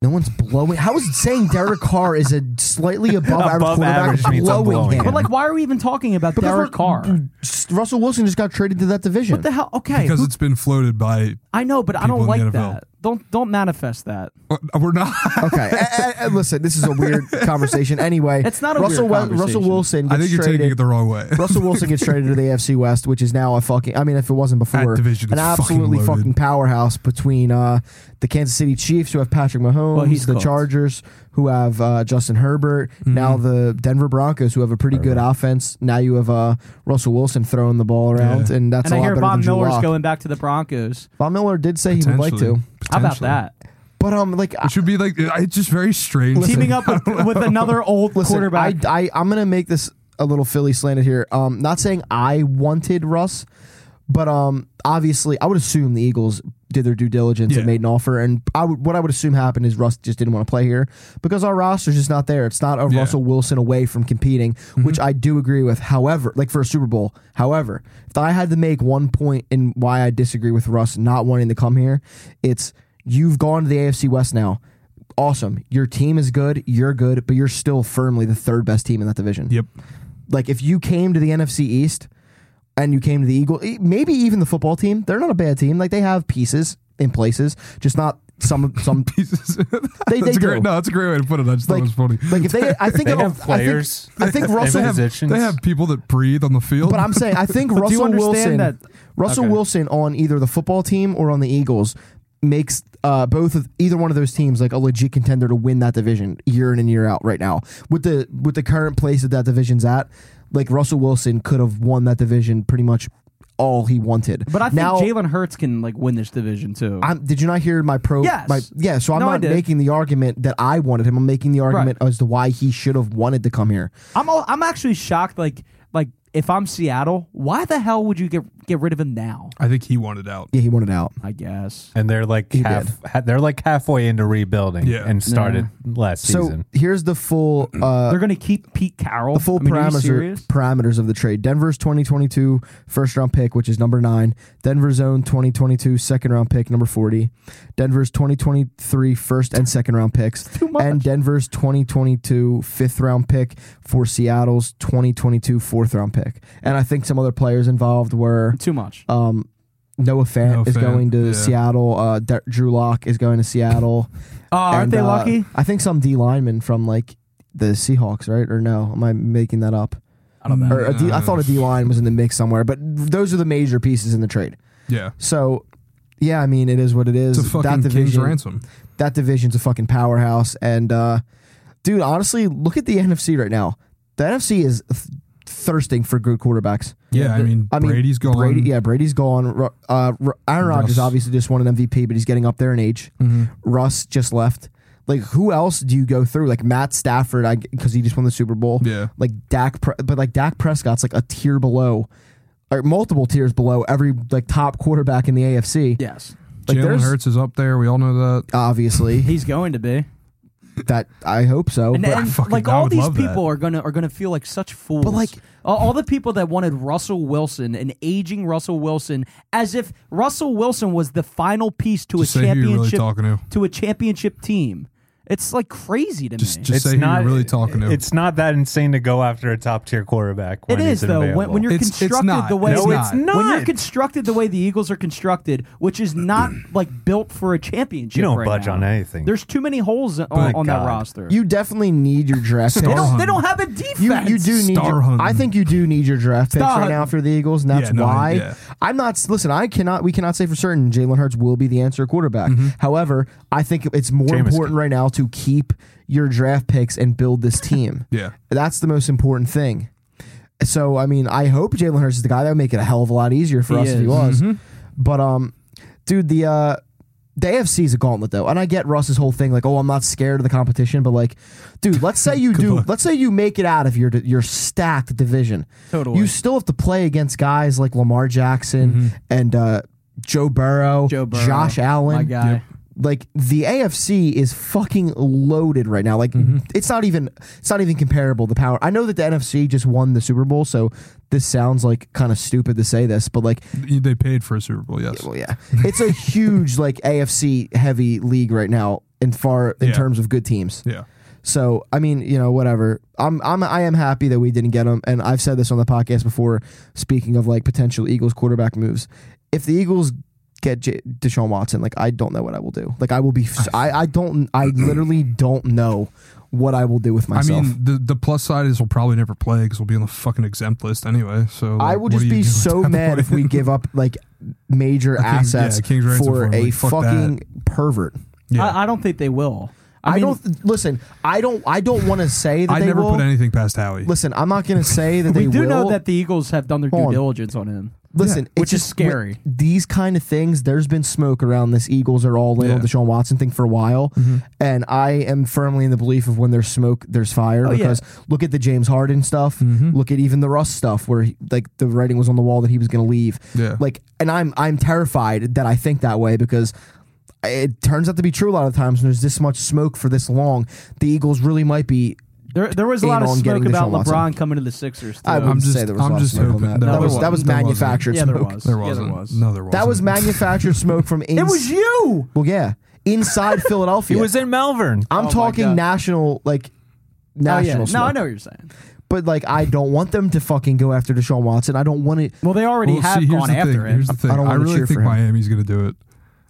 No one's blowing. How is saying Derek Carr is a [LAUGHS] slightly above, average Above quarterback average means I'm blowing, blowing him? him. But like, why are we even talking about Derek Carr? Just- Russell Wilson just got traded to that division. What the hell? Okay, because who- it's been floated by. I know, but I people don't in the like NFL. that. Don't don't manifest that. Uh, We're not. [LAUGHS] okay, a- a- a- listen, this is a weird conversation. Anyway, It's not a Russell weird Wel- conversation. Russell Wilson. Gets I think you're traded. taking it the wrong way. Russell Wilson gets traded to the AFC West, which is now a fucking. I mean, if it wasn't before, division an is fucking absolutely loaded. fucking, powerhouse between uh, the Kansas City Chiefs, who have Patrick Mahomes, Well, he's the cooked. Chargers, who have uh, Justin Herbert, Mm-hmm. now the Denver Broncos, who have a pretty good offense. Now you have uh, Russell Wilson throwing the ball around, Yeah. and that's and a I lot hear better Von than Drew Miller's Lock. going back to the Broncos. Von Miller did say he would like to, Potentially. How about Potentially. that? but um, like I- It should be like it's just very strange. Teaming up with, [LAUGHS] with another old Listen, quarterback. I, I I'm gonna make this a little Philly slanted here. Um, not saying I wanted Russ, but um, obviously I would assume the Eagles did their due diligence Yeah. and made an offer. And I would what I would assume happened is Russ just didn't want to play here because our roster's just not there. It's not a Yeah. Russell Wilson away from competing, Mm-hmm. which I do agree with. However, like for a Super Bowl, however, if I had to make one point in why I disagree with Russ not wanting to come here, it's you've gone to the AFC West now awesome. Your team is good. You're good, but you're still firmly the third best team in that division. Yep. [LAUGHS] Like if you came to the NFC East and you came to the Eagles, e- maybe even the football team, they're not a bad team. Like they have pieces in places, just not some [LAUGHS] some. Jesus. They they that's a do. great, no, that's a great way to put it. I just Like, thought it was funny. like if they, I think They I don't- have players. I think, I think They Russell. they have, positions. they have people that breathe on the field. But I'm saying I think But [LAUGHS] do you Russell Wilson. understand that- Russell Okay. Wilson on either the football team or on the Eagles makes uh, both of either one of those teams like a legit contender to win that division year in and year out right now with the with the current place that that division's at. Like Russell Wilson could have won that division pretty much all he wanted. but I think now, Jalen Hurts can like win this division too. I'm, did you not hear my pro? Yes. My, yeah. So I'm No, I not did. making the argument that I wanted him. I'm making the argument as to why he should have wanted to come here. I'm all, I'm actually shocked. Like like if I'm Seattle, why the hell would you get get rid of him now? I think he wanted out. Yeah, he wanted out. I guess. and they're like He half. Ha, they're like halfway into rebuilding. Yeah. and started last season. So here's the full uh, They're gonna keep Pete Carroll. the full I mean, are you parameters [LAUGHS] serious? parameters of the trade. Denver's 2022 first round pick, which is number nine. Denver's own 2022 second round pick, number 40. Denver's 2023 first and second round picks. Too much. And Denver's 2022 fifth round pick for Seattle's 2022 fourth round pick. And I think some other players involved were [LAUGHS] Too much. um, Noah Fant Noah is Fant, going to yeah. Seattle. Uh, D- Drew Lock is going to Seattle. Oh, [CLEARS THROAT] aren't And, they uh, lucky? I think some D lineman from like the Seahawks, right? Or no? Am I making that up? I don't know. Or a D, I Uh, thought a D line was in the mix somewhere, but those are the major pieces in the trade. Yeah. So, yeah, I mean, it is what it is. It's a that fucking king's division, ransom. that division's a fucking powerhouse. And uh, dude, honestly, look at the NFC right now. The NFC is th- thirsting for good quarterbacks. Yeah, I mean, I mean, Brady's gone. Brady, yeah, Brady's gone. Ru- Uh, Ru- Aaron Rodgers Russ. obviously just won an MVP, but he's getting up there in age. Mm-hmm. Russ just left. Like, who else do you go through? Like Matt Stafford, I because he just won the Super Bowl. Yeah. Like Dak, Pre- but like Dak Prescott's like a tier below, or multiple tiers below every like top quarterback in the AFC. Yes, Like, Jalen there's- Hurts is up there. We all know that. [LAUGHS] Obviously, he's going to be. that Oh, I hope so. And, but and, fucking- like I all would these love that. people are gonna are gonna feel like such fools. like- all, all the people that wanted Russell Wilson, an aging Russell Wilson, as if Russell Wilson was the final piece to Just a say who championship you're really talking to. to a championship team. It's like crazy to Just, me. just say who you're really talking to. It's not that insane to go after a top tier quarterback. When it is he's though when, available. when you're It's- it's constructed not. the way No, It's it's not. when you're constructed the way the Eagles are constructed, which is not [CLEARS THROAT] like built for a championship. You don't right budge now. on anything. There's too many holes on, Good on that God. roster. you definitely need your draft Star picks. they, don't, they hunting. don't have a [LAUGHS] You, defense. you do need. Star Your, hunting. I think you do need your draft picks Star right now hunting. for the Eagles, and that's Yeah, no, why yeah. I'm not. Listen, I cannot. We cannot say for certain Jalen Hurts will be the answer quarterback. Mm-hmm. However, I think it's more Jameis. important right now to keep your draft picks and build [LAUGHS] this team. yeah. That's the most important thing. So I mean, I hope Jalen Hurts is the guy that would make it a hell of a lot easier for He us if he is. Mm-hmm. was. But um, dude, the uh, the AFC is a gauntlet though, and I get Russ's whole thing like, oh, I'm not scared of the competition, but like, dude, [LAUGHS] let's say you do, Goodbye. let's say you make it out of your your stacked division. Totally. Mm-hmm. You still have to play against guys like Lamar Jackson and uh, Joe Burrow, Joe Burrow, Josh Allen, my guy. like the AFC is fucking loaded right now. Like it's not even it's not even comparable the power. I know that the NFC just won the Super Bowl, so this sounds like kind of stupid to say this, but like They paid for a Super Bowl, yes. well, yeah. It's a huge like AFC heavy league right now in far in Yeah. terms of good teams. Yeah. So, I mean, you know, whatever. I'm I'm I am happy that we didn't get him and I've said this on the podcast before speaking of like potential Eagles quarterback moves. If the Eagles get J- Deshaun Watson, like I don't know what I will do. Like I will be I I don't I literally don't know what I will do with I myself. mean, the, the plus side is he'll probably never play because we'll be on the fucking exempt list anyway. So I like, will what do just you be do at so that mad point? if we give up like [LAUGHS] major yeah, assets King's ransom for for him. a Like, fuck fucking pervert. [LAUGHS] Yeah. I, I don't think they will. I, I, mean, don't listen. I don't. I don't want to say that I they never will. put anything past Howie. listen, I'm not going to say that We they do will. know that the Eagles have done their due Hold on. diligence on him. listen, it's which is just- scary. with These kind of things. There's been smoke around this Eagles are all in on Yeah. Mm-hmm. the Deshaun Watson thing for a while, and I am firmly in the belief of when there's smoke, there's fire. Oh, yeah. because look at the James Harden stuff. Mm-hmm. Look at even the Russ stuff, where he, like the writing was on the wall that he was going to leave. Yeah. Like, and I'm I'm terrified that I think that way because it turns out to be true a lot of times. When there's this much smoke for this long, the Eagles really might be There, there was a lot In of on smoke getting about Deshaun Watson. LeBron coming to the Sixers. I too. wouldn't I'm just- say there was I'm a lot of just smoke on hoping- that. no, That there was that wasn't. was There wasn't. manufactured yeah, there smoke. was. there Yeah, wasn't. there was. No, [LAUGHS] there wasn't. That was manufactured smoke [LAUGHS] from inside. It [LAUGHS] was you. well, yeah, inside Philadelphia. it was in Malvern. I'm Oh my talking God. Oh, national, like national. No, smoke. I know what you're saying. but like I don't want them to fucking go after Deshaun Watson. I don't want it. Well, they already Well, have see, here's gone the thing. after Here's it. the thing. I I, don't wanna cheer really for think him. Miami's going to do it.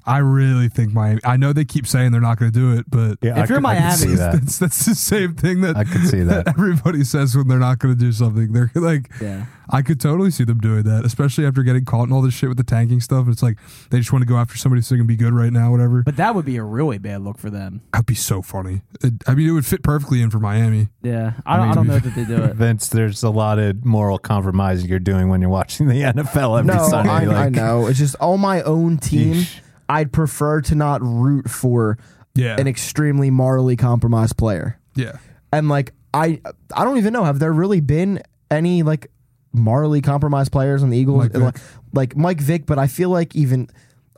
I really think Miami. I know they keep saying they're not going to do it, but Yeah, If I you're could- I could see Miami- [LAUGHS] that. [LAUGHS] that's that's the same thing that I could see that. [LAUGHS] everybody says when they're not going to do something. They're [LAUGHS] like, Yeah. I could totally see them doing that, especially after getting caught in all this shit with the tanking stuff. It's like they just want to go after somebody so they can be good right now, whatever. But that would be a really bad look for them. That'd be so funny. It, I mean, it would fit perfectly in for Miami. Yeah, I don't, I don't know that they [LAUGHS] do it. Vince, there's a lot of moral compromise you're doing when you're watching the NFL every No, Sunday. I, like, I know. It's just on my own team. Yeesh. I'd prefer to not root for Yeah, an extremely morally compromised player. yeah. And like I, I don't even know. Have there really been any like morally compromised players on the Eagles? Mike Vick. like, like Mike Vick, but I feel like even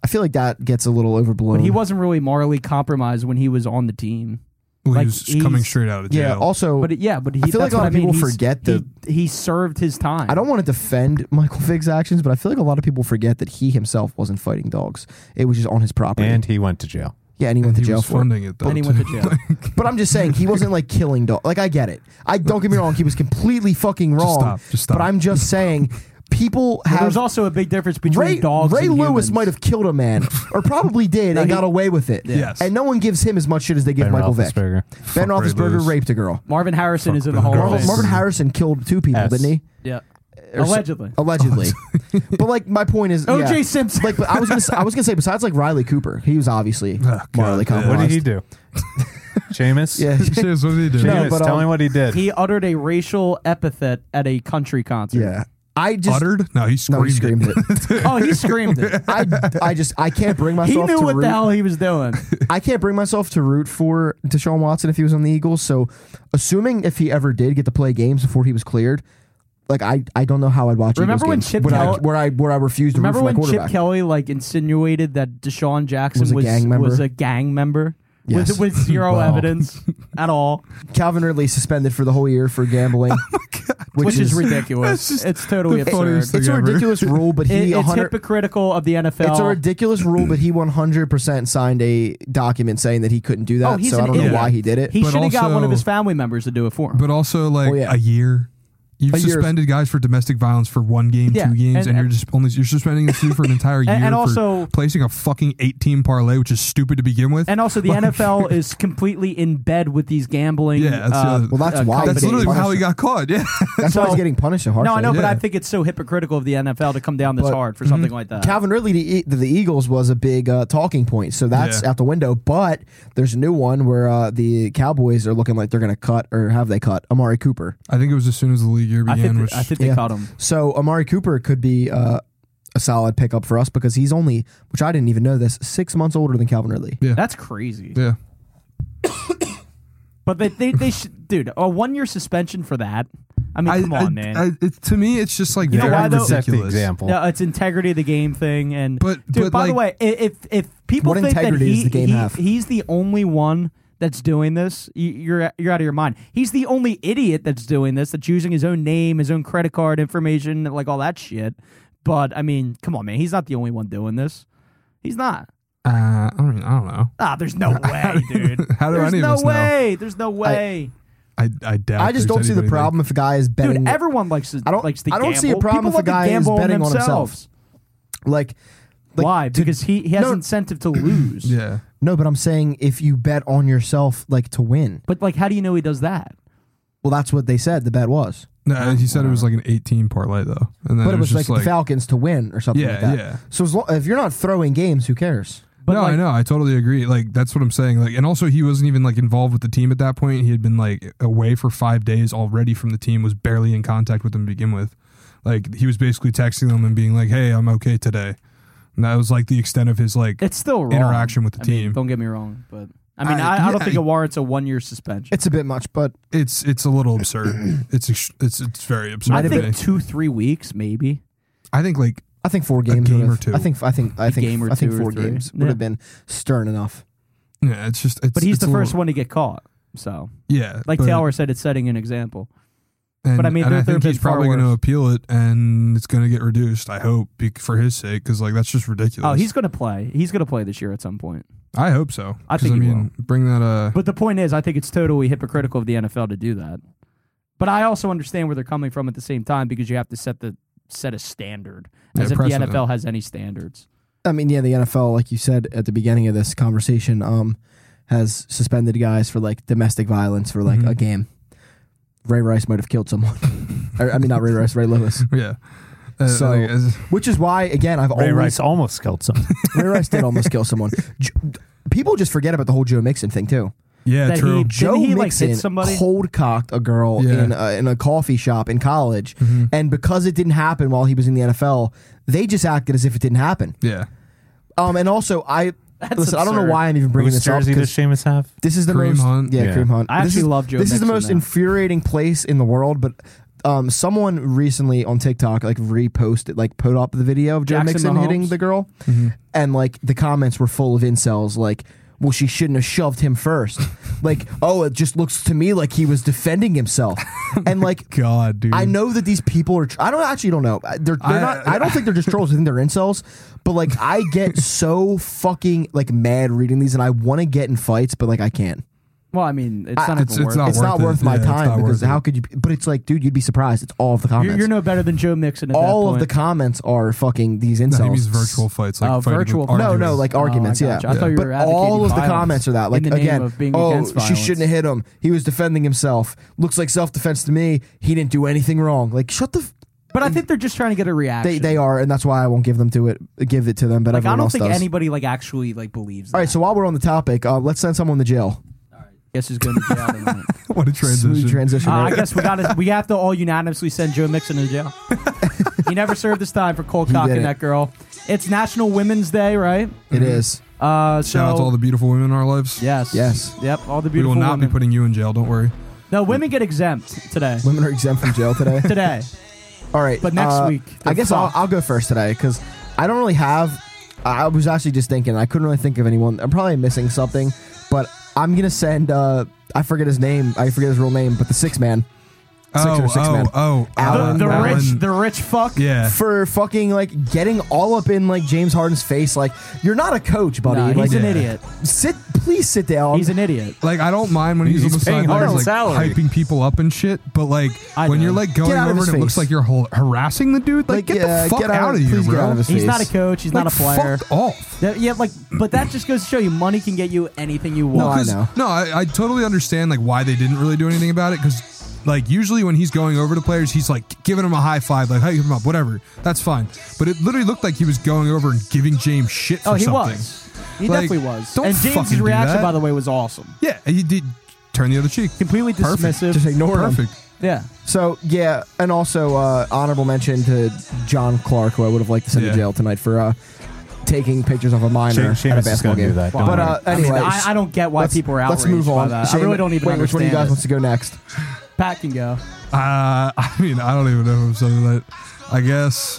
I feel like that gets a little overblown. [LAUGHS] But he wasn't really morally compromised when he was on the team. Well, Like, he was he's- coming straight out of jail. yeah. Also, But it- yeah, but he, I feel like that's a lot what I of mean. people He's- forget that- he, he served his time. I don't want to defend Michael Vick's actions, but I feel like a lot of people forget that he himself wasn't fighting dogs. It was just on his property. And he went to jail. yeah, and he went and to he jail was for it. funding it. Though, And he [LAUGHS] went to [LAUGHS] too. jail. But I'm just saying he wasn't like killing dogs. Like I get it. I don't get me wrong. He was completely fucking wrong. stop, just stop. But [LAUGHS] I'm just saying people But There's have. also a big difference between Ray, dogs. Ray and Lewis humans. might have killed a man, or probably did, and he- got away with it. Yes. And no one gives him as much shit as they give Ben Michael Vick. Roethlisberger. Ben Fuck Ray Roethlisberger Lewis. raped a girl. Marvin Harrison is in the Fuck Hall Marvin of Fame. Marvin, Marvin Harrison killed two people, Yes. didn't he? Yeah, Or so- allegedly. [LAUGHS] allegedly. but like my point is, yeah. O.J. Simpson. [LAUGHS] Like, but I was gonna, s- I was gonna say, besides like Riley Cooper, he was obviously Oh, God, morally yeah. What compromised. did he [LAUGHS] do? Seamus? Yeah, Serious, what did he Seamus, do? No, but, tell um, me what he did. He uttered a racial epithet at a country concert. yeah. I just uttered? No, he no, screamed. he screamed it. Oh, he screamed [LAUGHS] it. I, I just I can't [LAUGHS] bring He myself knew to what root. the hell he was doing. I can't bring myself to root for Deshaun Watson if he was on the Eagles. So, assuming if he ever did get to play games before he was cleared, like I, I don't know how I'd watch. Remember Eagles when games, Chip when I, Kelly- where I where I refused to Remember root for when my Chip quarterback? Kelly like insinuated that Deshaun Jackson Was was a gang member? was a gang member? Yes. With, with [LAUGHS] zero Wow. evidence at all, Calvin Ridley suspended for the whole year for [LAUGHS] gambling, Oh which, [LAUGHS] is, ridiculous. ridiculous. that's just it's totally the absurd. funniest It- thing. it's a ever. ridiculous rule, but he it's 100 hypocritical of the NFL. It's a ridiculous rule, but he 100% signed a document saying that he couldn't do Oh, that. he's so an I don't know idiot. why he did it. He But should have got also- one of his family members to do it for him. But also like Well, yeah. a year. You've A year is- suspended guys for domestic violence for one game, Yeah, two and- games, and, you're just only you're suspending this dude for an entire year [LAUGHS] and for also- placing a fucking eight team parlay, which is stupid to begin with. and [LAUGHS] also, the Like- NFL is completely in bed with these gambling. Yeah, that's the uh, other- Well, that's uh, why that's companies. they- literally Punished how he him. got [LAUGHS] caught. Yeah, That's why so- he's getting punished so harshly. No, I know, but Yeah. I think it's so hypocritical of the NFL to come down this But- mm-hmm. hard for something like that. Calvin Ridley to eat the, the Eagles was a big uh, talking point, so that's Yeah. out the window. But there's a new one where uh, the Cowboys are looking like they're going to cut, or have they cut Amari Cooper? I think it was as soon as the league year I began. think, which I think they yeah. caught him. So Amari Cooper could be uh, a solid pickup for us because he's only, which I didn't even know this, six months older than Calvin Ridley. That's crazy. yeah, But they they, they should, dude, a one year suspension for that. I mean, come I, on, I, man. I, it, to me, it's just like You know very why, though? Set the ridiculous. example. no, it's integrity of the game thing, and But- dude, but, by the way, like- i- if if people What think that integrity does he, the game he- have? he's the only one that's doing this, y- you're you're out of your mind. He's the only idiot that's doing this, that's using his own name, his own credit card information, like all that shit. But I mean, come on, man, he's not the only one doing this. He's not. Uh, I mean, I don't know. Ah, there's [LAUGHS] no way, dude. How do there's any of no us know? way. There's no way. I, I doubt. I just there's don't see the anybody that- problem if a guy is betting. Dude, everyone likes to. I don't- likes to I don't see a gamble. problem People if a love to guy is gamble betting on himself. themselves. like, like, Why? Because he, he has no. incentive to lose. [CLEARS THROAT] Yeah, No, but I'm saying if you bet on yourself, like to win. But like, how do you know he does that? Well, that's what they said. The bet was, no, he said it was like an eighteen parlay though, and then but it was like, just like, the Falcons to win or something Yeah, like that. yeah. So as long, if you're not throwing games, who cares? But no, like, I know. I totally agree. Like that's what I'm saying. Like, and also he wasn't even like involved with the team at that point. He had been like away for five days already from the team. Was barely in contact with them to begin with. Like he was basically texting them and being like, "Hey, I'm okay today." And that was like the extent of his like. It's still wrong. Interaction with the I mean, team. don't get me wrong, but I mean, I, I- I, don't yeah, think I- it warrants a one-year suspension. It's a bit much, but It's it's a little absurd. it's ex- it's it's very absurd. I to think me. two, three weeks, maybe. I think like I think four games. game would have- or two. I think I think I think game or I think two or four three. games would Yeah. have been stern enough. yeah, it's just. It's, But he's it's the a first little- one to get caught. So, Yeah, like but- Taylor said, it's setting an example. And, But I mean, and there- I there have think been he's probably far going to worse. appeal it, and it's going to get reduced. I hope be- for his sake, because like that's just ridiculous. Oh, he's going to play. He's going to play this year at some point. I hope so. I 'Cause, think I he mean, bring that. Uh, But the point is, I think it's totally hypocritical of the NFL to do that. But I also understand where they're coming from at the same time because you have to set the set a standard Yeah, as if precedent. the NFL has any standards. I mean, yeah, the NFL, like you said at the beginning of this conversation, um, has suspended guys for like domestic violence for like Mhm. a game. Ray Rice might have killed someone. [LAUGHS] Or, I mean, not Ray Rice, Ray Lewis. yeah. Uh, So- like, as- Which is why, again, I've Ray always Rice almost killed someone. [LAUGHS] Ray Rice did almost kill someone. J- People just forget about the whole Joe Mixon thing too. yeah, that true. he- Joe Didn't he, like, Mixon hit somebody? cold cocked a girl Yeah. in a, in a coffee shop in college, Mhm. and because it didn't happen while he was in the NFL, they just acted as if it didn't happen. yeah, Um, and also I That's listen. I don't know absurd. why I'm even bringing Whose this up jersey does 'cause Seamus have? this is the Kareem most Hunt? yeah, Yeah. Kareem Hunt. I This actually is- love Joe This is the Mixon, most though. infuriating place in the world, but. Um, someone recently on TikTok like reposted, like put up the video of Joe Jackson Mixon Mahomes? hitting the girl, and like the comments were full of incels like well she shouldn't have shoved him [LAUGHS] first like oh it just looks to me like he was defending himself [LAUGHS] and like God, dude. I know that these people are. Tr- I don't actually don't know. I- They're, they're I- uh, not. I don't think they're just trolls. I think they're incels. But like, I [LAUGHS] get so fucking like mad reading these, and I want to get in fights, but like I can't. Well, I mean, it's I- not It's- even it's worth. not it's not worth it. worth my Yeah, it's time not because worth it. how could you? But it's like, dude, you'd be surprised. It's all of the You're, comments. you're no better than Joe Mixon. At all that of point. the comments are fucking these No, he incels. means virtual fights, like Oh, fighting with virtual- No, Uh, no, arguments. like Oh, I arguments. yeah, gotcha. I thought you but were all advocating of the violence comments are that. in Like the name again, of being oh, against she violence." shouldn't have hit him. He was defending himself. Looks like self defense to me. He didn't do anything wrong. Like shut the. F- but I think they're just trying to get a reaction. they they are, and that's why I won't give them to it. Give it to them, but like everyone I don't else think does. anybody like actually like believes. That. All right, so while we're on the topic, uh, let's send someone to jail. guess who's going to jail tonight? [LAUGHS] what a transition. Smooth transition. Uh, I right? guess we got to we have to all unanimously send Joe Mixon to jail. he never served his time for cold He did cocking it. that girl. It's National Women's Day, right? It is. Uh, so Shout out to all the beautiful women in our lives. yes, Yes. yep, all the We beautiful. will not women. be putting you in jail. Don't worry. no, women get exempt today. Women are exempt from [LAUGHS] jail today. today, All right, uh, But next Uh, week, I they're guess I'll, fucked. I'll go first today because I don't really have. I I was actually just thinking. I couldn't really think of anyone. I'm probably missing something, but I'm gonna send. uh I forget his name. I forget his real name, but the six man Six oh, or six oh, men. oh, the, Alan- the Alan- rich, the rich fuck. yeah. for fucking like getting all up in like James Harden's face. Like you're not a coach, buddy. Nah, like he's an Yeah. idiot. sit, please sit down. He's an idiot. Like I don't mind when he's, He's on the paying sidelines, Harden's like salary. hyping people up and shit. But like I when know. you're like going Get out of over and his it looks face. like you're hol- harassing the dude, like, get yeah, the fuck get out, of here, please bro. Get out of his He's face. not a coach. He's like, not a player. Fuck off. That- yeah, like, but that just goes to show you, money can get you anything you No, Oh, I want. know. No, I, I totally understand like why they didn't really do anything about it because like usually when he's going over to players, he's like giving him a high five, like hype him up, whatever. That's fine. But it literally looked like he was going over and giving James shit for oh, he something. was. He Like, definitely was. don't and James's fucking do reaction, that. by the way, was awesome. Yeah, he did turn the other cheek. Completely Perfect. dismissive. Just ignore him. Perfect. yeah. So yeah, and also uh, honorable mention to John Clark, who I would have liked to send Yeah. to jail tonight for uh, taking pictures of a minor Shame at a is basketball going to game. do that. Well, Don't But uh, worry. I mean, anyway, I, I don't get why people are outraged Let's move on. by that. I Shame- really don't even Wait, understand which one of you guys it. wants to go next? Pat can go. Uh, [LAUGHS] I mean, I don't even know if I'm saying that. I guess.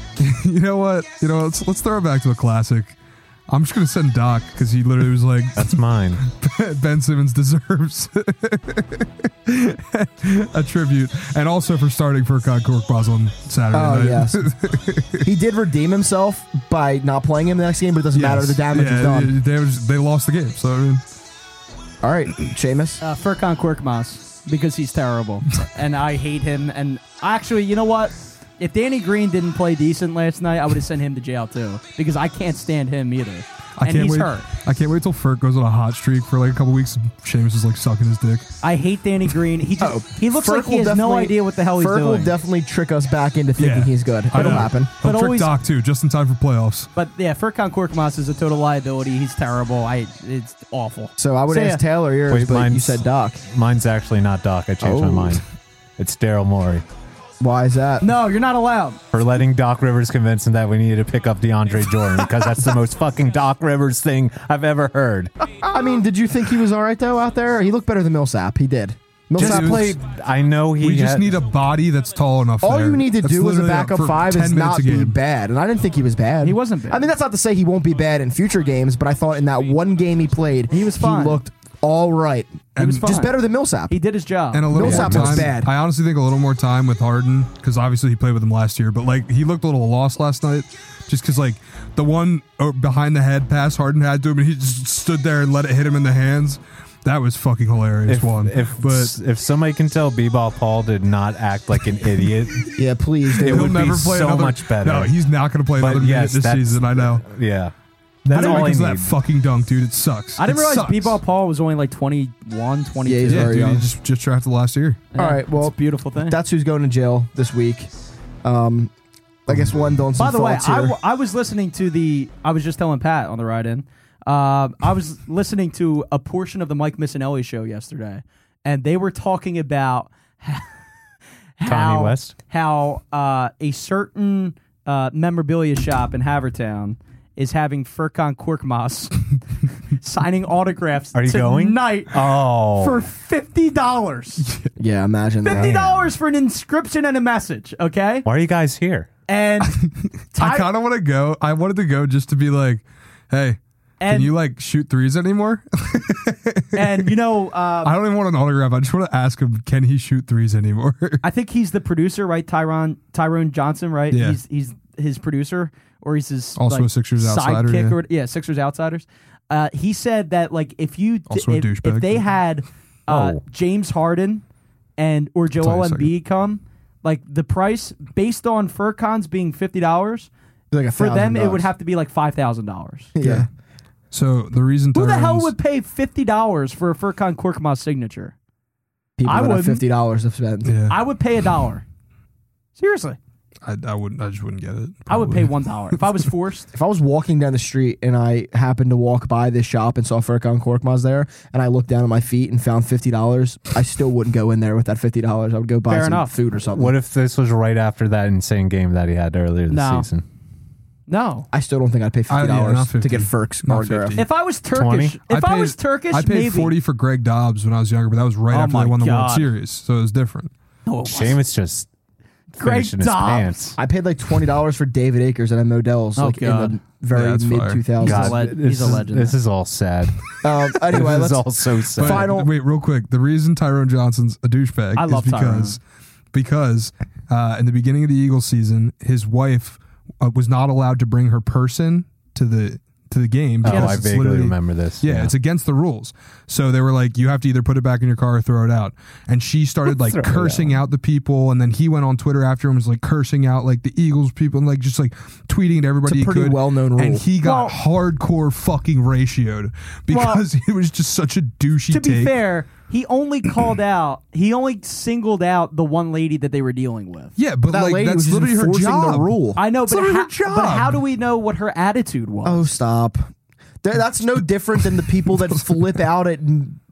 [LAUGHS] you know what? You know, let's let's throw it back to a classic. I'm just gonna send Doc because he literally was like, That's mine. [LAUGHS] Ben Simmons deserves [LAUGHS] a tribute, and also for starting for Korkbaz on Saturday Oh night. yes, he did redeem himself by not playing him the next game, but it doesn't matter. Yes. The damage yeah, is done. the damage- they lost the game, so I mean, All right, Seamus. Uh, Furkan Korkmaz because he's [LAUGHS] terrible, and I hate him. And actually, you know what? If Danny Green didn't play decent last night, I would have sent him to jail too because I can't stand him either. I and can't he's wait. hurt. I can't wait till Ferk goes on a hot streak for like a couple weeks. and Sheamus is like sucking his dick. I hate Danny Green. He just, Uh-oh. Oh, he looks like Ferk he will has no Oh, definitely- idea what the hell he's Ferk will doing. definitely trick us back into thinking Yeah. he's good. I It'll know. happen. He'll But trick always- Doc too, just in time for playoffs. but yeah, Furkan Korkmaz is a total liability. He's terrible. I it's awful. So I would So, ask yeah. Taylor yours, Wait, but you mine's- said Doc. Mine's actually not Doc. I changed Oh. my mind. It's Daryl Morey Why is that? No, you're not allowed. for letting Doc Rivers convince him that we needed to pick up DeAndre Jordan because that's the most fucking Doc Rivers thing I've ever heard. I mean, did you think he was all right though out there? He looked better than Millsap. He did. Just Millsap Dude, play. I know he. We just had- need a body that's tall enough. All there. you need to That's do as a literally uh, backup for five 10 is minutes not a be game. bad, and I didn't think he was bad. He wasn't bad. I mean, that's not to say he won't be bad in future games, but I thought in that one game he played, He was fine. He looked all right, He was just fine. better than Millsap. He did his job. And a little Millsap more looks time. bad. I honestly think a little more time with Harden because obviously he played with him last year, but like he looked a little lost last night just because like the one uh, behind the head pass Harden had to him and he just stood there and let it hit him in the hands. That was fucking hilarious If, one. if but if somebody can tell B-ball Paul did not act like an idiot, yeah, [LAUGHS] please, It dude. he'll would be never play so another- much better. No, he's not going to play But another yes, minute this that's- season. I know. yeah, that's Only all I because of need. that fucking dunk, dude. It sucks. I didn't It realize sucks. B-ball Paul was only like 21, 22. Yeah, he's Yeah, very dude, young. he just just drafted last year. All right, well, it's a beautiful thing. That's who's going to jail this week. Um, I guess one don't. By the way, I, here. w- I was listening to the. I was just telling Pat on the ride in. Uh, I was listening to a portion of the Mike Missinelli show yesterday, and they were talking about [LAUGHS] how, Kanye West? how uh, a certain uh, memorabilia shop in Havertown is having Furkan Korkmaz [LAUGHS] signing autographs Are you going? tonight Oh, for fifty dollars. yeah, imagine that. Fifty dollars for an inscription and a message. Okay, why are you guys here? and [LAUGHS] I kind of want to go. I wanted to go just to be like, hey, can And- you like shoot threes anymore? and you [LAUGHS] know. Uh, I don't even want an autograph. I just want to ask him, can he shoot threes anymore? [LAUGHS] I think he's the producer, right? Tyron Tyrone Johnson, right? Yeah. He's he's his producer, or he's his Also like, a Sixers outsider, sidekick yeah. or yeah, Sixers outsiders. Uh, he said that like if you d- Also a if, douchebag. if they had uh, Oh. James Harden and or tell you Joel in a second. Embiid come, like the price based on Furcons being fifty dollars Like a for them, it $1,000. would have to be like five thousand dollars. Yeah. So the reason Who the hell Tyrone's- would pay fifty dollars for a Furcon Korkmaz signature? People I that have wouldn't. fifty dollars have spent. Yeah. I would pay a dollar. Seriously, I, I would I just wouldn't get it. I would probably. pay one dollar if I was [LAUGHS] forced. If I was walking down the street and I happened to walk by this shop and saw Furkan Korkmaz there, and I looked down at my feet and found fifty dollars, I still wouldn't go in there with that fifty dollars. I would go buy Fair some enough. food or something. What if this was right after that insane game that he had earlier this No. season? No, I still don't think I'd pay I- fifty yeah, dollars not to get 50. Furk's Not autograph. 50. if I was Turkish, 20? if I, paid- was Turkish, I paid maybe. forty for Greg Dobbs when I was younger, but that was right Oh after they my won the World God. Series, so it was different. No, it wasn't. Seamus just Greg finishing his Dobbs. pants. I paid like twenty dollars for David Akers at a Modell's Oh, like in God. the very Yeah, that's mid fire. two God. thousands. le- this he's a is- legend. This is [LAUGHS] all sad. Um, anyway, this let's is all so sad. But Final- Wait, real quick. The reason Tyrone Johnson's a douchebag I love is because because uh, in the beginning of the Eagles season, his wife uh, was not allowed to bring her person to the to the game. Oh, because I it's vaguely literally- remember this. Yeah, it's against the rules. So they were like, you have to either put it back in your car or throw it out. And she [LAUGHS] started like Throw it cursing out. the people. And then he went on Twitter after him, was like cursing out like the Eagles people and like just like tweeting to everybody. It's a he pretty could. well-known rule. And he got Well- hardcore fucking ratioed because [LAUGHS] he was just such a douchey to be take. fair, he [CLEARS THROAT] only called out, he only singled out the one lady that they were dealing with. Yeah, but That like lady that's was just literally her enforcing job. the rule. I know, It's but, literally how, her job. but how do we know what her attitude was? Oh, stop. Th- That's no different than the people [LAUGHS] that flip out at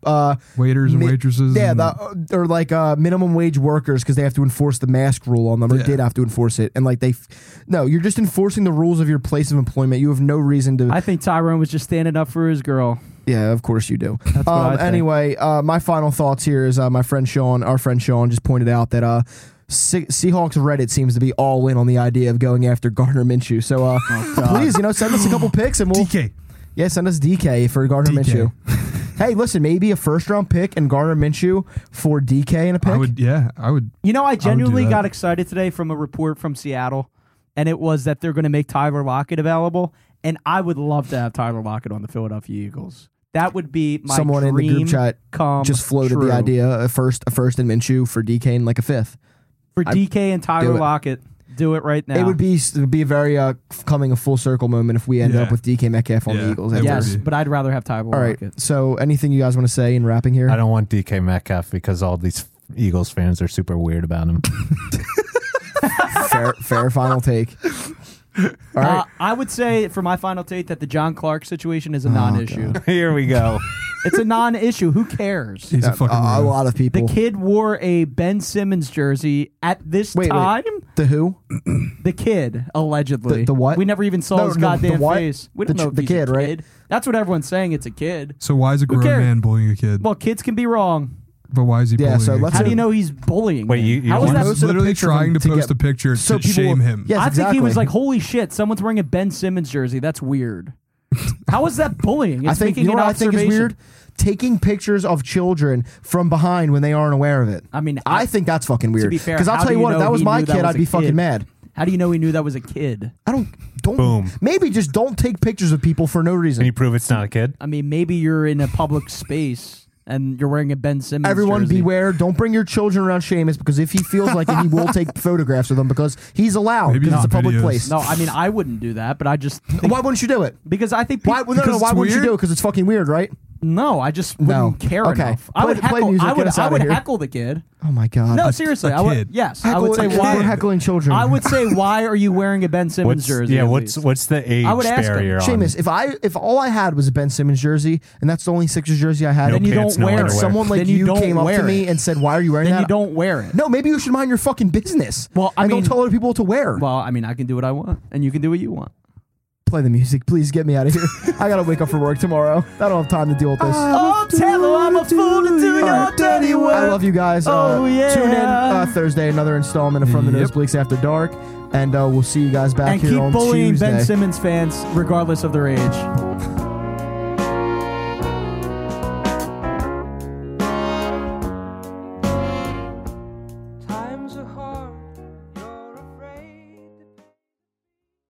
uh, Waiters and mi- waitresses. Yeah, and- Mm. the, or like uh, minimum wage workers because they have to enforce the mask rule on them, or Yeah. did have to enforce it, and like they, f- no, you're just enforcing the rules of your place of employment. You have no reason Oh, to. I think Tyrone was just standing up for his girl. yeah, of course you do. That's what I Um, think. anyway, uh, my final thoughts here is uh, my friend Sean, our friend Sean, just pointed out that uh, Se- Seahawks Reddit seems to be all in on the idea of going after Gardner Minshew. So uh, Oh, [LAUGHS] please, you know, send us a [GASPS] couple picks and we'll DK. yeah, send us DK for Gardner DK. Minshew. [LAUGHS] hey, listen, maybe a first round pick and Gardner Minshew for DK in a pick. I would. Yeah, I would. You know, I genuinely that. got excited today from a report from Seattle, and it was that they're going to make Tyler Lockett available, and I would love to have Tyler Lockett on the Philadelphia Eagles. That would be my Someone in the dream group chat come just floated true. the idea a first a first and Minshew for DK and like a fifth. for DK and do Tyler it. Lockett. Do it right now. It would be it would be a very uh, f- coming a full circle moment if we end Yeah. up with DK Metcalf on Yeah, the Eagles. it after would yes, this. be. but I'd rather have Tyler All right. Lockett. So, anything you guys want to say in wrapping here? I don't want DK Metcalf because all these Eagles fans are super weird [LAUGHS] about him. [LAUGHS] Fair, fair final [LAUGHS] take. All right. Uh, I would say for my final take that the John Clark situation Oh, is a non-issue. Here we go. it's a non-issue. Who [LAUGHS] cares? He's Uh, a fucking. a, a weirdo. lot of people. The kid wore a Ben Simmons jersey at this Wait, wait. time. The who? The kid allegedly. The- the what? We never even saw No, his no, goddamn the what? face. We The don't ch- know if the he's a kid, right? That's what everyone's saying. It's a kid. so why is a grown cares? man bullying a kid? Well, kids can be wrong. but why is he? Yeah, bullying so a let's- How kid? do you know he's bullying? Wait, him? you- you How is want- that? He was Posted a literally picture of him trying to to post get- a picture so to people shame will- him. Yes, I think he was exactly. like, "Holy shit, someone's wearing a Ben Simmons jersey. That's [LAUGHS] weird." How is that bullying? It's I think making you know an what I think is observation. weird. Taking pictures of children from behind when they aren't aware of it. I mean, I, I- think that's fucking weird. be fair, I'll how tell do you you what, if know that was he my knew kid, that was I'd be a fucking kid? mad. How do you know he knew that was a kid? I don't don't Boom. maybe just don't take pictures of people for no Can reason. you prove it's not a kid? I mean, maybe you're in a [LAUGHS] public space and you're wearing a Ben Simmons. Everyone jersey. beware, don't bring your children around Seamus because if he feels like it, he will [LAUGHS] take photographs of them because he's allowed Maybe because it's a not public videos. place. No, I mean I wouldn't do that, but I [LAUGHS] just think, Why wouldn't you do it? because I think Why, peop- well, no, no, Because why it's wouldn't you weird? do it? Because it's fucking weird, right? no, I just No. wouldn't care Okay. enough. I Play- would play heckle. music, I get would us I outta would here. heckle the kid. Oh my god! No, seriously, a I would. kid. Yes, I Heckle- would say we're why. heckling children. I would say why are you wearing a Ben Simmons What's jersey? yeah? at What's least? what's the age I would ask him. barrier? on- Seamus, if I if all I had was a Ben Simmons jersey and that's the only Sixers jersey I had, No then you pants, don't no wear it. underwear. someone like Then you, you don't came up to wear me it. and said, "Why are you wearing then that?" you don't wear it. No, maybe you should mind your fucking business. Well, I and don't mean- tell other people what to wear. Well, I mean, I can do what I want, and you can do what you want. Play the music, please. Get me out [LAUGHS] of here. I gotta wake up for work tomorrow. I don't have time to deal with this. Oh, tell her I'm a fool to do All right. your dirty work. I love you guys. Oh, uh, yeah. Tune in uh, Thursday, another installment of From the Yep. Nosebleeds After Dark, and uh, we'll see you guys back And here keep on bullying Tuesday. Ben Simmons fans, regardless of their age.